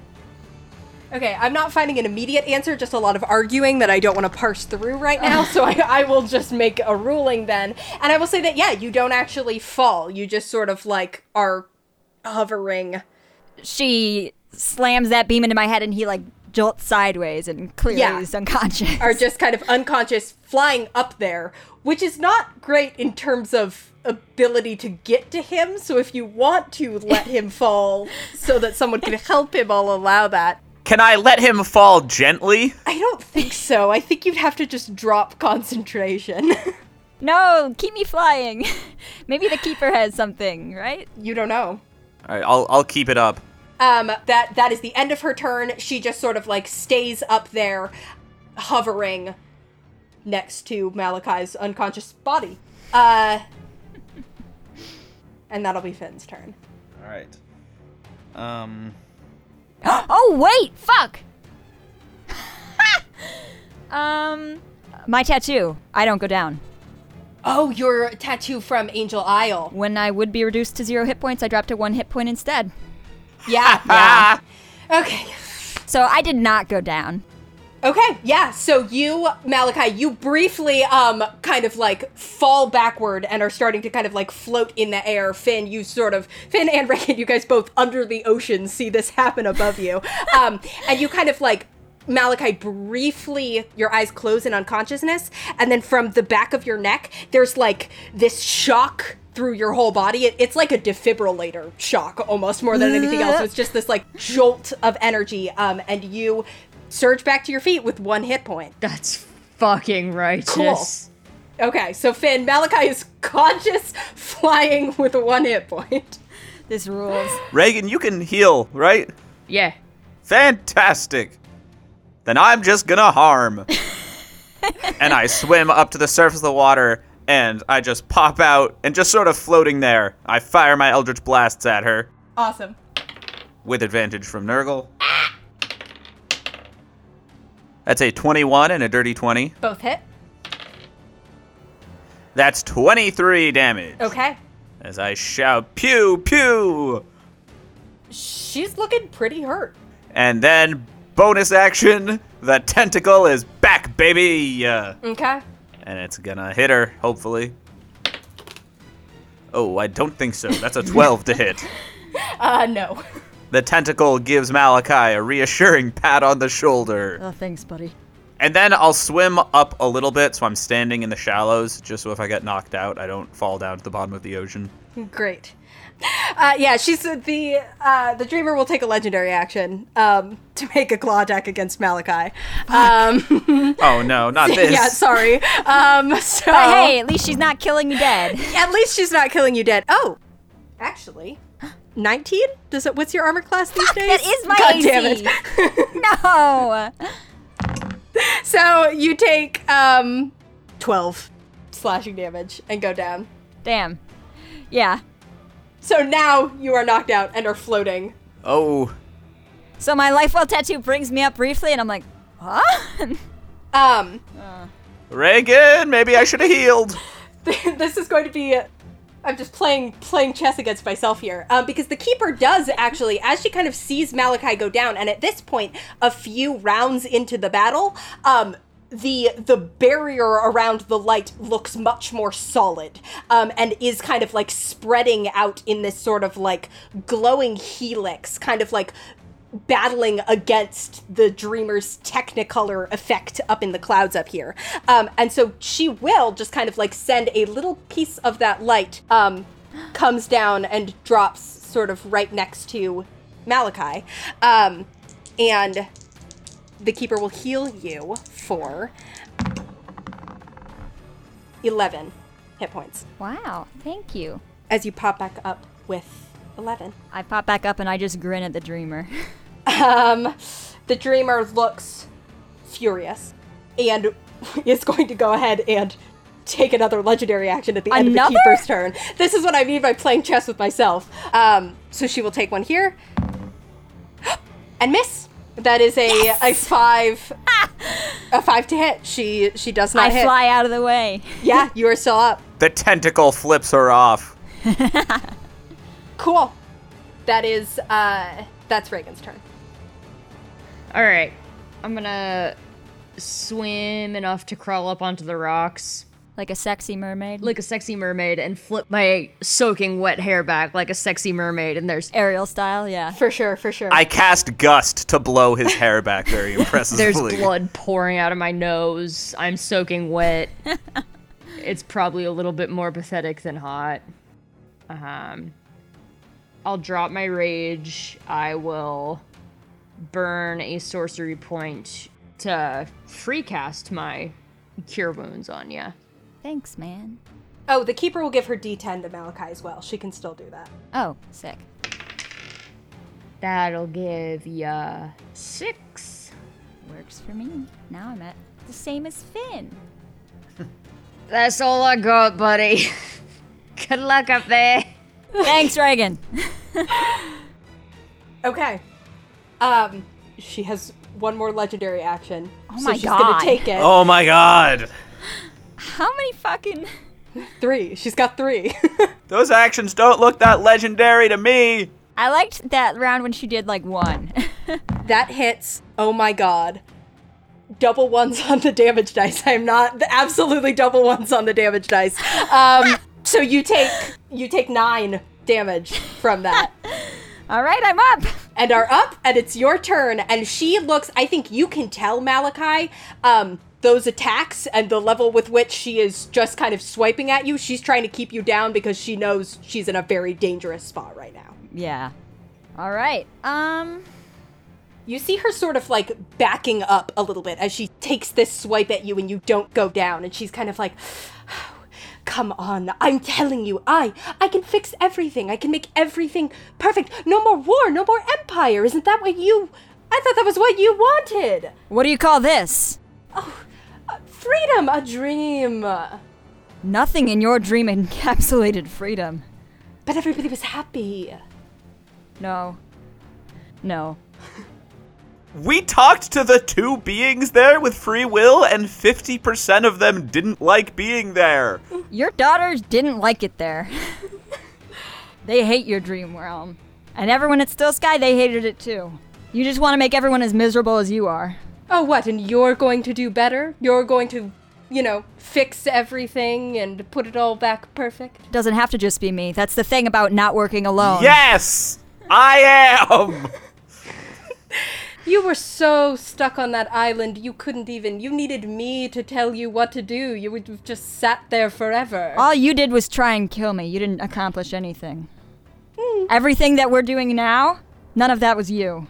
S1: Okay, I'm not finding an immediate answer, just a lot of arguing that I don't want to parse through right now, so I, I will just make a ruling then. And I will say that, yeah, you don't actually fall. You just sort of like are hovering.
S4: [LAUGHS] She slams that beam into my head and he like jolts sideways and clearly
S1: Yeah.
S4: is unconscious.
S1: are just kind of unconscious flying up there, which is not great in terms of ability to get to him. So if you want to let him fall so that someone can help him, I'll allow that.
S2: Can I let him fall gently?
S1: I don't think so. I think you'd have to just drop concentration.
S4: [LAUGHS]
S1: [LAUGHS]
S4: no, keep me flying. [LAUGHS] Maybe the keeper has something, right?
S1: you don't know.
S2: All right, I'll, I'll keep it up.
S1: Um, that that is the end of her turn. She just sort of like stays up there, hovering next to Malachi's unconscious body. Uh, and that'll be Finn's turn.
S2: All right. Um.
S4: [GASPS] Oh wait, fuck. [LAUGHS] um my tattoo. I don't go down.
S1: Oh, your tattoo from Angel Isle.
S4: When I would be reduced to 0 hit points, I drop to 1 hit point instead.
S1: [LAUGHS] Yeah.
S2: Ah,
S4: Yeah.
S1: okay.
S4: So I did not go down.
S1: Okay. Yeah. So you, Malachi, you briefly, um, kind of like fall backward and are starting to kind of like float in the air. Finn, you sort of, Finn and [LAUGHS] Reagan, you guys both under the ocean see this happen above you. Um, and you kind of like, Malachi, briefly, your eyes close in unconsciousness, and then from the back of your neck, there's like this shock through your whole body. It, it's like a defibrillator shock almost more than anything else. It's just this like jolt of energy, um, and you surge back to your feet with one hit point.
S3: That's fucking righteous.
S1: Okay, so Finn, Malachi is conscious, [LAUGHS] flying with one hit point.
S4: This [GASPS] rules.
S2: Reagan, you can heal, right?
S3: Yeah.
S2: Fantastic. Then I'm just gonna harm. and I swim up to the surface of the water and I just pop out and just sort of floating there. I fire my Eldritch Blasts at her
S1: Awesome.
S2: with advantage from Nurgle. That's a 21 and a dirty 20.
S1: Both hit.
S2: That's 23 damage.
S1: Okay.
S2: As I shout, pew, pew.
S1: She's looking pretty hurt.
S2: And then, bonus action, the tentacle is back, baby. Uh,
S1: Okay.
S2: and it's gonna hit her, hopefully. Oh, I don't think so. That's a 12 to
S3: [LAUGHS]
S2: hit.
S1: Uh, no.
S2: The tentacle gives Malachi a reassuring pat on the shoulder.
S4: Oh, thanks, buddy.
S2: And then I'll swim up a little bit so I'm standing in the shallows, just so if I get knocked out, I don't fall down to the bottom of the ocean.
S1: [LAUGHS] Great. Uh, yeah, she's the uh, the dreamer will take a legendary action um, to make a claw attack against Malachi. Um, [LAUGHS]
S2: Oh no,
S3: [LAUGHS]
S2: not this.
S1: yeah, sorry. Um, so
S4: But hey, at least she's not killing me [LAUGHS] dead.
S1: at least she's not killing you dead. Oh,
S4: [GASPS]
S1: actually, nineteen. Does it? What's your armor class these days?
S4: that is my
S1: God damn
S4: AC.
S1: it. [LAUGHS]
S4: No.
S1: So you take um, twelve slashing damage and go down.
S4: Damn. Yeah.
S1: So now you are knocked out and are floating.
S2: Oh,
S4: So my life well tattoo brings me up briefly, and I'm like, what? [LAUGHS]
S1: Um,
S2: Reagan, maybe I should have healed.
S1: [LAUGHS] this is going to be. I'm just playing playing chess against myself here, um, because the keeper does actually, as she kind of sees Malachi go down, and at this point, a few rounds into the battle, um, the the barrier around the light looks much more solid, um, and is kind of like spreading out in this sort of like glowing helix, kind of like battling against the dreamer's technicolor effect up in the clouds up here um, and so she will just kind of like send a little piece of that light um, comes down and drops sort of right next to malachi um, and the keeper will heal you for 11 hit points
S4: wow, thank you.
S1: as you pop back up with 11
S4: I pop back up and I just grin at the dreamer.
S1: Um, the dreamer looks furious and [LAUGHS] is going to go ahead and take another legendary action at the end
S4: Another?
S1: of the keeper's turn. This is what I mean by playing chess with myself. Um, so she will take one here [GASPS] and miss. That is a a [LAUGHS] five, a five to hit. She she does not
S4: I
S1: hit.
S4: fly out of the way. [LAUGHS]
S1: Yeah, you are still up.
S2: The tentacle flips her off.
S1: Cool. That is uh that's Reagan's turn.
S3: All right, I'm gonna swim enough to crawl up onto the rocks
S4: Like a sexy mermaid.
S3: like a sexy mermaid and flip my soaking wet hair back like a sexy mermaid. And there's
S4: Ariel style, yeah.
S1: For sure, for sure.
S2: I cast gust to blow his hair back very impressively.
S3: [LAUGHS] there's blood pouring out of my nose. I'm soaking [LAUGHS] wet. it's probably a little bit more pathetic than hot. Um, I'll drop my rage. I will burn a sorcery point to free cast my cure wounds on you.
S4: Thanks, man.
S1: oh, the keeper will give her D10 to Malachi as well. She can still do that.
S4: Oh, sick.
S3: That'll give ya six.
S4: Works for me. Now I'm at the same as Finn.
S3: That's all I got, buddy. [LAUGHS] Good luck up there.
S4: [LAUGHS] Thanks, Reagan.
S1: Okay. Um, she has one more legendary action.
S4: Oh
S1: so
S4: my
S1: she's
S4: God.
S1: gonna take it.
S2: oh my god.
S4: [LAUGHS] How many fucking. [LAUGHS]
S1: Three. She's got three. [LAUGHS]
S2: Those actions don't look that legendary to me.
S4: I liked that round when she did like one. [LAUGHS]
S1: that hits. Oh my god. Double ones on the damage dice. I'm not absolutely double ones on the damage dice. Um, so you take you take nine damage from that.
S4: All right, I'm up. [LAUGHS]
S1: and are up and it's your turn and she looks i think you can tell malachi um those attacks and the level with which she is just kind of swiping at you she's trying to keep you down because she knows she's in a very dangerous spot right now
S4: Yeah. All right. Um.
S1: you see her sort of like backing up a little bit as she takes this swipe at you and you don't go down and she's kind of like [SIGHS] come on i'm telling you i i can fix everything i can make everything perfect no more war no more empire isn't that what you i thought that was what you wanted
S4: What do you call this?
S1: Freedom, a dream. But
S4: Nothing in your dream encapsulated freedom.
S1: everybody was happy.
S4: No. No.
S2: We talked to the two beings there with free will, and 50% of them didn't like being there.
S4: Your daughters didn't like it there. [LAUGHS] they hate your dream realm. And everyone at Still Sky, they hated it too. You just want to make everyone as miserable as you are.
S1: Oh, what? And you're going to do better? You're going to, you know, fix everything and put it all back perfect?
S4: Doesn't have to just be me. That's the thing about not working alone.
S2: Yes, I am.
S1: You were so stuck on that island, you couldn't even. You needed me to tell you what to do. You would have just sat there forever.
S4: All you did was try and kill me. You didn't accomplish anything. Everything that we're doing now, none of that was you.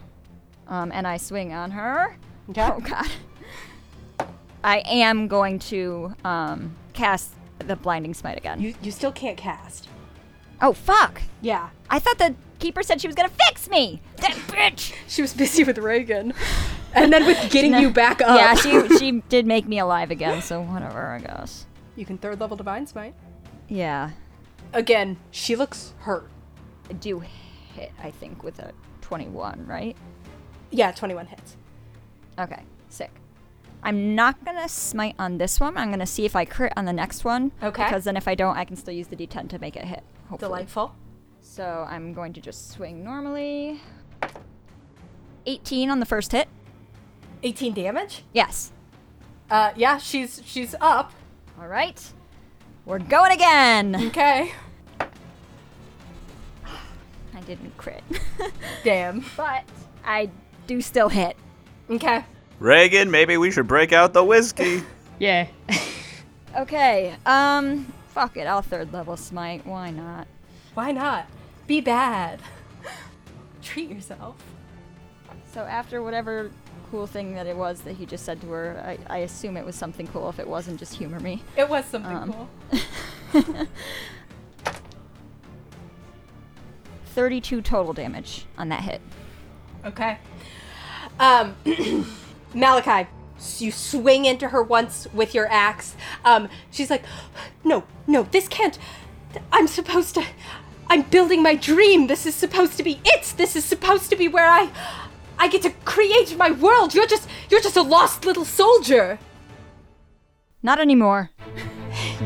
S4: Um, and I swing on her. Oh god. I am going to um, cast the blinding smite again.
S1: You, you still can't cast.
S4: oh fuck!
S1: Yeah.
S4: I thought the keeper said she was gonna fix me. That bitch.
S1: She was busy with Reagan. And then with getting you back up.
S4: [LAUGHS] Yeah, she
S1: [LAUGHS]
S4: she did make me alive again. So whatever, I guess.
S1: You can third level Divine Smite.
S4: Yeah,
S1: Again, she looks hurt.
S4: I do hit. I think with a twenty-one, right?
S1: Yeah, 21 hits.
S4: Okay, sick. I'm not gonna smite on this one. I'm gonna see if I crit on the next one.
S1: Okay.
S4: Because then if I don't, I can still use the d10 to make it hit. Hopefully.
S1: Delightful.
S4: So I'm going to just swing normally. 18 on the first hit.
S1: 18 damage.
S4: Yes.
S1: Uh, yeah, she's she's up.
S4: All right. We're going again.
S1: Okay.
S4: I didn't crit, [LAUGHS]
S1: Damn.
S4: but I do still hit.
S1: Okay.
S2: Reagan, maybe we should break out the whiskey.
S3: Yeah.
S4: Okay. Um. Fuck it. I'll third level smite. Why not?
S1: Why not? Be bad. [LAUGHS] Treat yourself.
S4: So after whatever cool thing that it was that he just said to her, I, I assume it was something cool. If it wasn't, just humor me.
S1: It was something
S4: Um,
S1: cool.
S4: 32 total damage on that hit.
S1: Okay. Um, [CLEARS THROAT] Malachi, s- you swing into her once with your axe. Um, she's like, no, no, this can't. th- I'm supposed to. I'm building my dream. This is supposed to be it. This is supposed to be where I, I get to create my world. You're just, you're just a lost little soldier.
S4: Not anymore.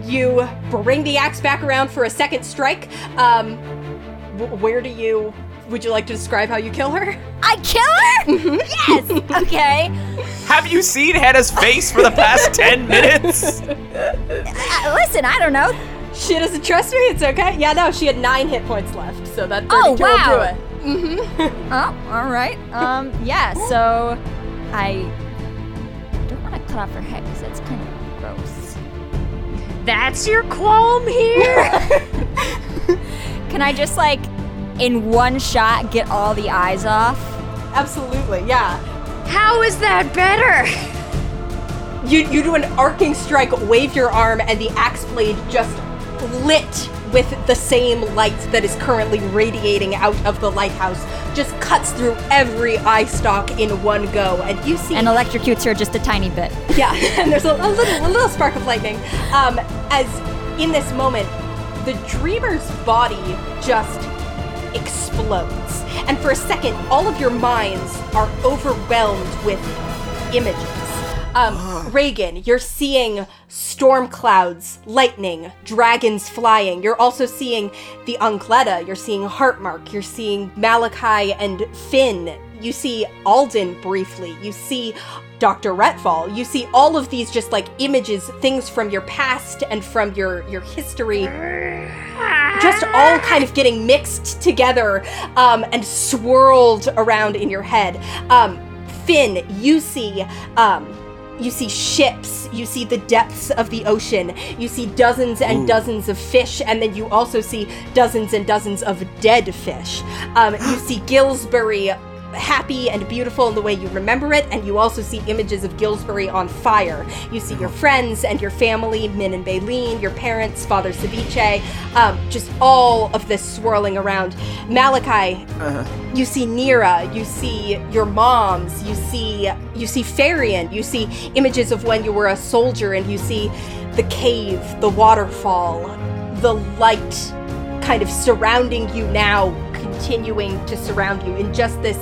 S1: You bring the axe back around for a second strike. Um, wh- where do you? Would you like to describe how you kill her? [LAUGHS]
S4: I kill her? yes. Okay.
S2: Have you seen Hannah's face for the past 10 minutes?
S4: Uh, listen, I don't know.
S1: She doesn't trust me. It's okay. Yeah, no, she had nine hit points left, so that 32
S4: Oh, wow.
S1: will do it. Mm-hmm.
S4: Oh, all right. Um, yeah. So I don't want to cut off her head because that's kind of gross.
S3: That's your qualm here?
S4: Can I just like in one shot get all the eyes off?
S1: Absolutely, yeah.
S3: How is that better?
S1: You you do an arcing strike, wave your arm, and the axe blade just lit with the same light that is currently radiating out of the lighthouse. Just cuts through every eye stalk in one go, and you see
S4: And electrocutes her just a tiny bit.
S1: Yeah, [LAUGHS] and there's a, a little a little spark of lightning. Um, as in this moment, the dreamer's body just explodes, and for a second, all of your minds are overwhelmed with images. Um, Reagan, you're seeing storm clouds, lightning, dragons flying. You're also seeing the Ungletta. You're seeing Heartmark. You're seeing Malachi and Finn. You see Alden briefly. You see Dr. Retfall. You see all of these just like images, things from your past and from your your history just all kind of getting mixed together um, and swirled around in your head. Um, Finn, you see. Um, you see ships, you see the depths of the ocean, you see dozens and dozens of fish, and then you also see dozens and dozens of dead fish. Um, you see Gillsbury happy and beautiful in the way you remember it, and you also see images of Gillsbury on fire. You see your friends and your family, Min and Baleen, your parents, Father Ceviche, um, just all of this swirling around. Malachi, you see Nira, you see your moms, you see you see Farian, you see images of when you were a soldier, and you see the cave, the waterfall, the light kind of surrounding you now, continuing to surround you in just this,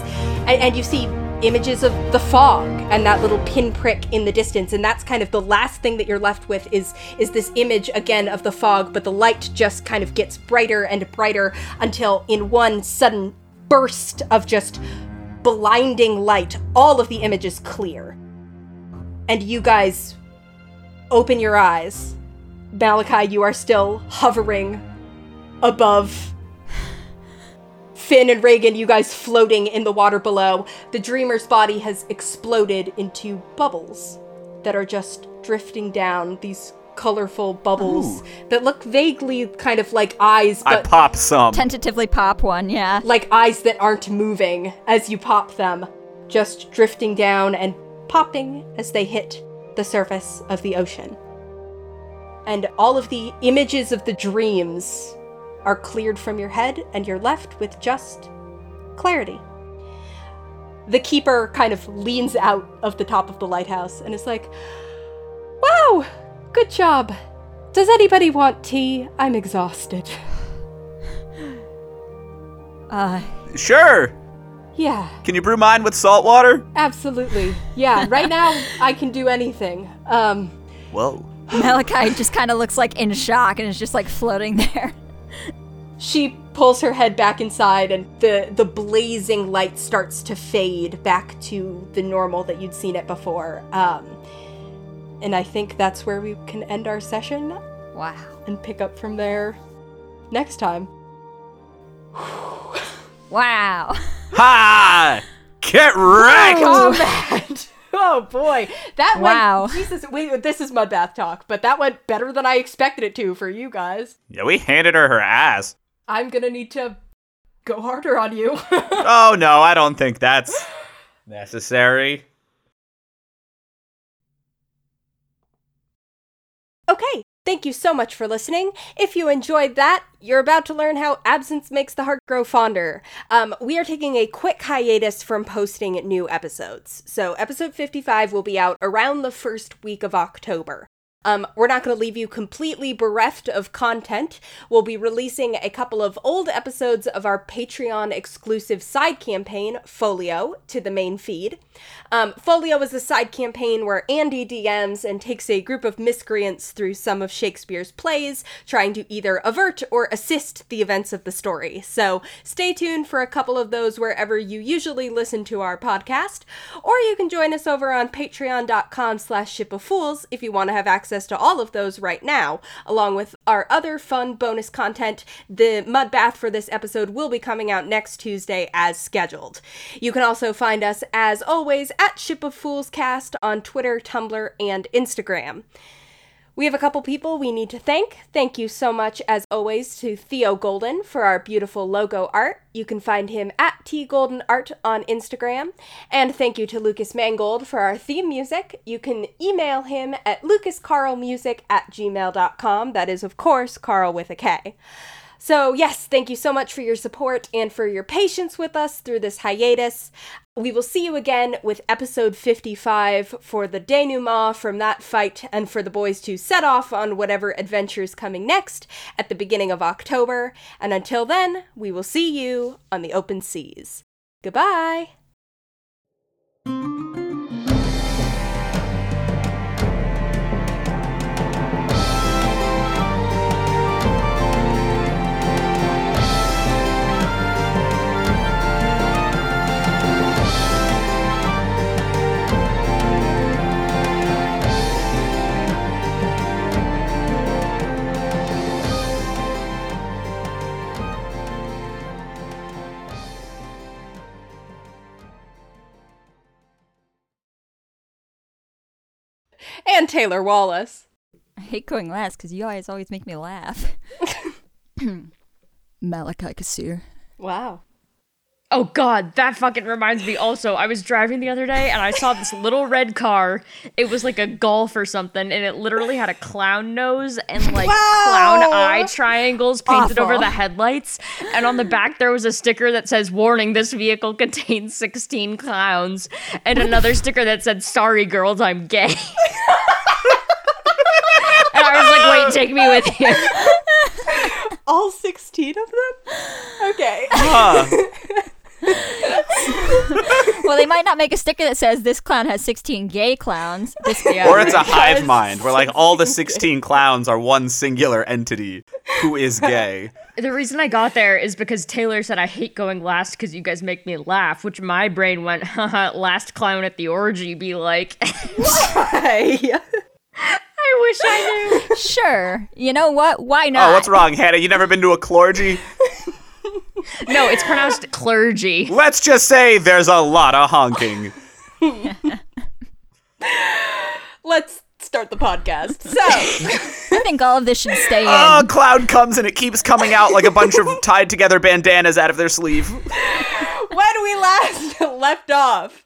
S1: and, and you see images of the fog and that little pinprick in the distance and that's kind of the last thing that you're left with is is this image again of the fog but the light just kind of gets brighter and brighter until in one sudden burst of just blinding light all of the images clear and you guys open your eyes malachi you are still hovering above Finn and Reagan, you guys floating in the water below. The dreamer's body has exploded into bubbles that are just drifting down these colorful bubbles that look vaguely kind of like eyes,
S2: I
S1: but
S2: pop some.
S4: Tentatively pop one, yeah.
S1: like eyes that aren't moving as you pop them, just drifting down and popping as they hit the surface of the ocean. And all of the images of the dreams are cleared from your head, and you're left with just clarity. The keeper kind of leans out of the top of the lighthouse and is like, Wow, good job. Does anybody want tea? I'm exhausted.
S4: Uh,
S2: Sure.
S1: [LAUGHS] Yeah,
S2: Can you brew mine with salt water?
S1: absolutely. Yeah, right now I can do anything. Um,
S2: Whoa.
S4: Malachi just kind of looks like in shock and is just like floating there. [LAUGHS]
S1: she pulls her head back inside and the the blazing light starts to fade back to the normal that you'd seen it before um and i think that's where we can end our session
S4: Wow.
S1: and pick up from there next time
S4: Wow.
S2: Ha! Get
S1: [LAUGHS]
S2: wrecked!
S1: combat oh boy that
S4: Wow.
S1: went jesus we, this is mud bath talk but that went better than i expected it to for you guys
S2: Yeah, we handed her her ass.
S1: i'm gonna need to go harder on you [LAUGHS]
S2: Oh no, I don't think that's necessary.
S1: Okay, thank you so much for listening. If you enjoyed that, you're about to learn how absence makes the heart grow fonder. Um, we are taking a quick hiatus from posting new episodes. So, episode 55 will be out around the first week of October. Um, we're not going to leave you completely bereft of content. We'll be releasing a couple of old episodes of our Patreon exclusive side campaign, Folio, to the main feed. Um, Folio is a side campaign where Andy DMs and takes a group of miscreants through some of Shakespeare's plays, trying to either avert or assist the events of the story. So stay tuned for a couple of those wherever you usually listen to our podcast, or you can join us over on patreon.com slash ship of fools if you want to have access to all of those right now, along with our other fun bonus content. The mud bath for this episode will be coming out next Tuesday as scheduled. You can also find us, as always, at Ship of Fools Cast on Twitter, Tumblr, and Instagram. We have a couple people we need to thank. Thank you so much, as always, to Theo Golden for our beautiful logo art. You can find him at T Golden Art on Instagram. And thank you to Lucas Mangold for our theme music. You can email him at lucascarlmusic at gmail.com. That is, of course, Carl with a K. So, yes, thank you so much for your support and for your patience with us through this hiatus. We will see you again with episode 55 for the denouement from that fight and for the boys to set off on whatever adventure is coming next at the beginning of October. And until then, we will see you on the open seas. Goodbye. And Taylor Wallace.
S4: I hate going last because you guys always make
S3: [COUGHS]
S4: me laugh. Malachi Kassir.
S1: Wow.
S3: Oh god, that fucking reminds me also. I was driving the other day and I saw this little red car. It was like a golf or something and it literally had a clown nose and like clown eye triangles painted over
S4: Awful.
S3: the headlights. And on the back there was a sticker that says warning this vehicle contains 16 clowns and another sticker that said sorry girls I'm gay. [LAUGHS] and I was like, "Wait, take me with you."
S1: All 16 of them? Okay.
S2: Huh.
S4: Well, they might not make a sticker that says this clown has 16 gay clowns. This
S3: Yeah.
S2: Or it's a hive mind where like all the 16 clowns are one singular entity who is gay.
S3: The reason I got there is because Taylor said I hate going last because you guys make me laugh, which my brain went, [LAUGHS] haha, last clown at the orgy be like, [LAUGHS] I
S1: Bye.
S3: wish I knew.
S4: sure. You know what? Why not?
S2: Oh, what's wrong, Hannah? You never been to a clergy?
S3: No, it's pronounced clergy.
S2: Let's just say there's a lot of honking.
S1: [LAUGHS] Let's start the podcast. So.
S4: I think all of this should stay in.
S2: Oh, cloud comes and it keeps coming out like a bunch of tied together bandanas out of their sleeve.
S1: when we last [LAUGHS] left off,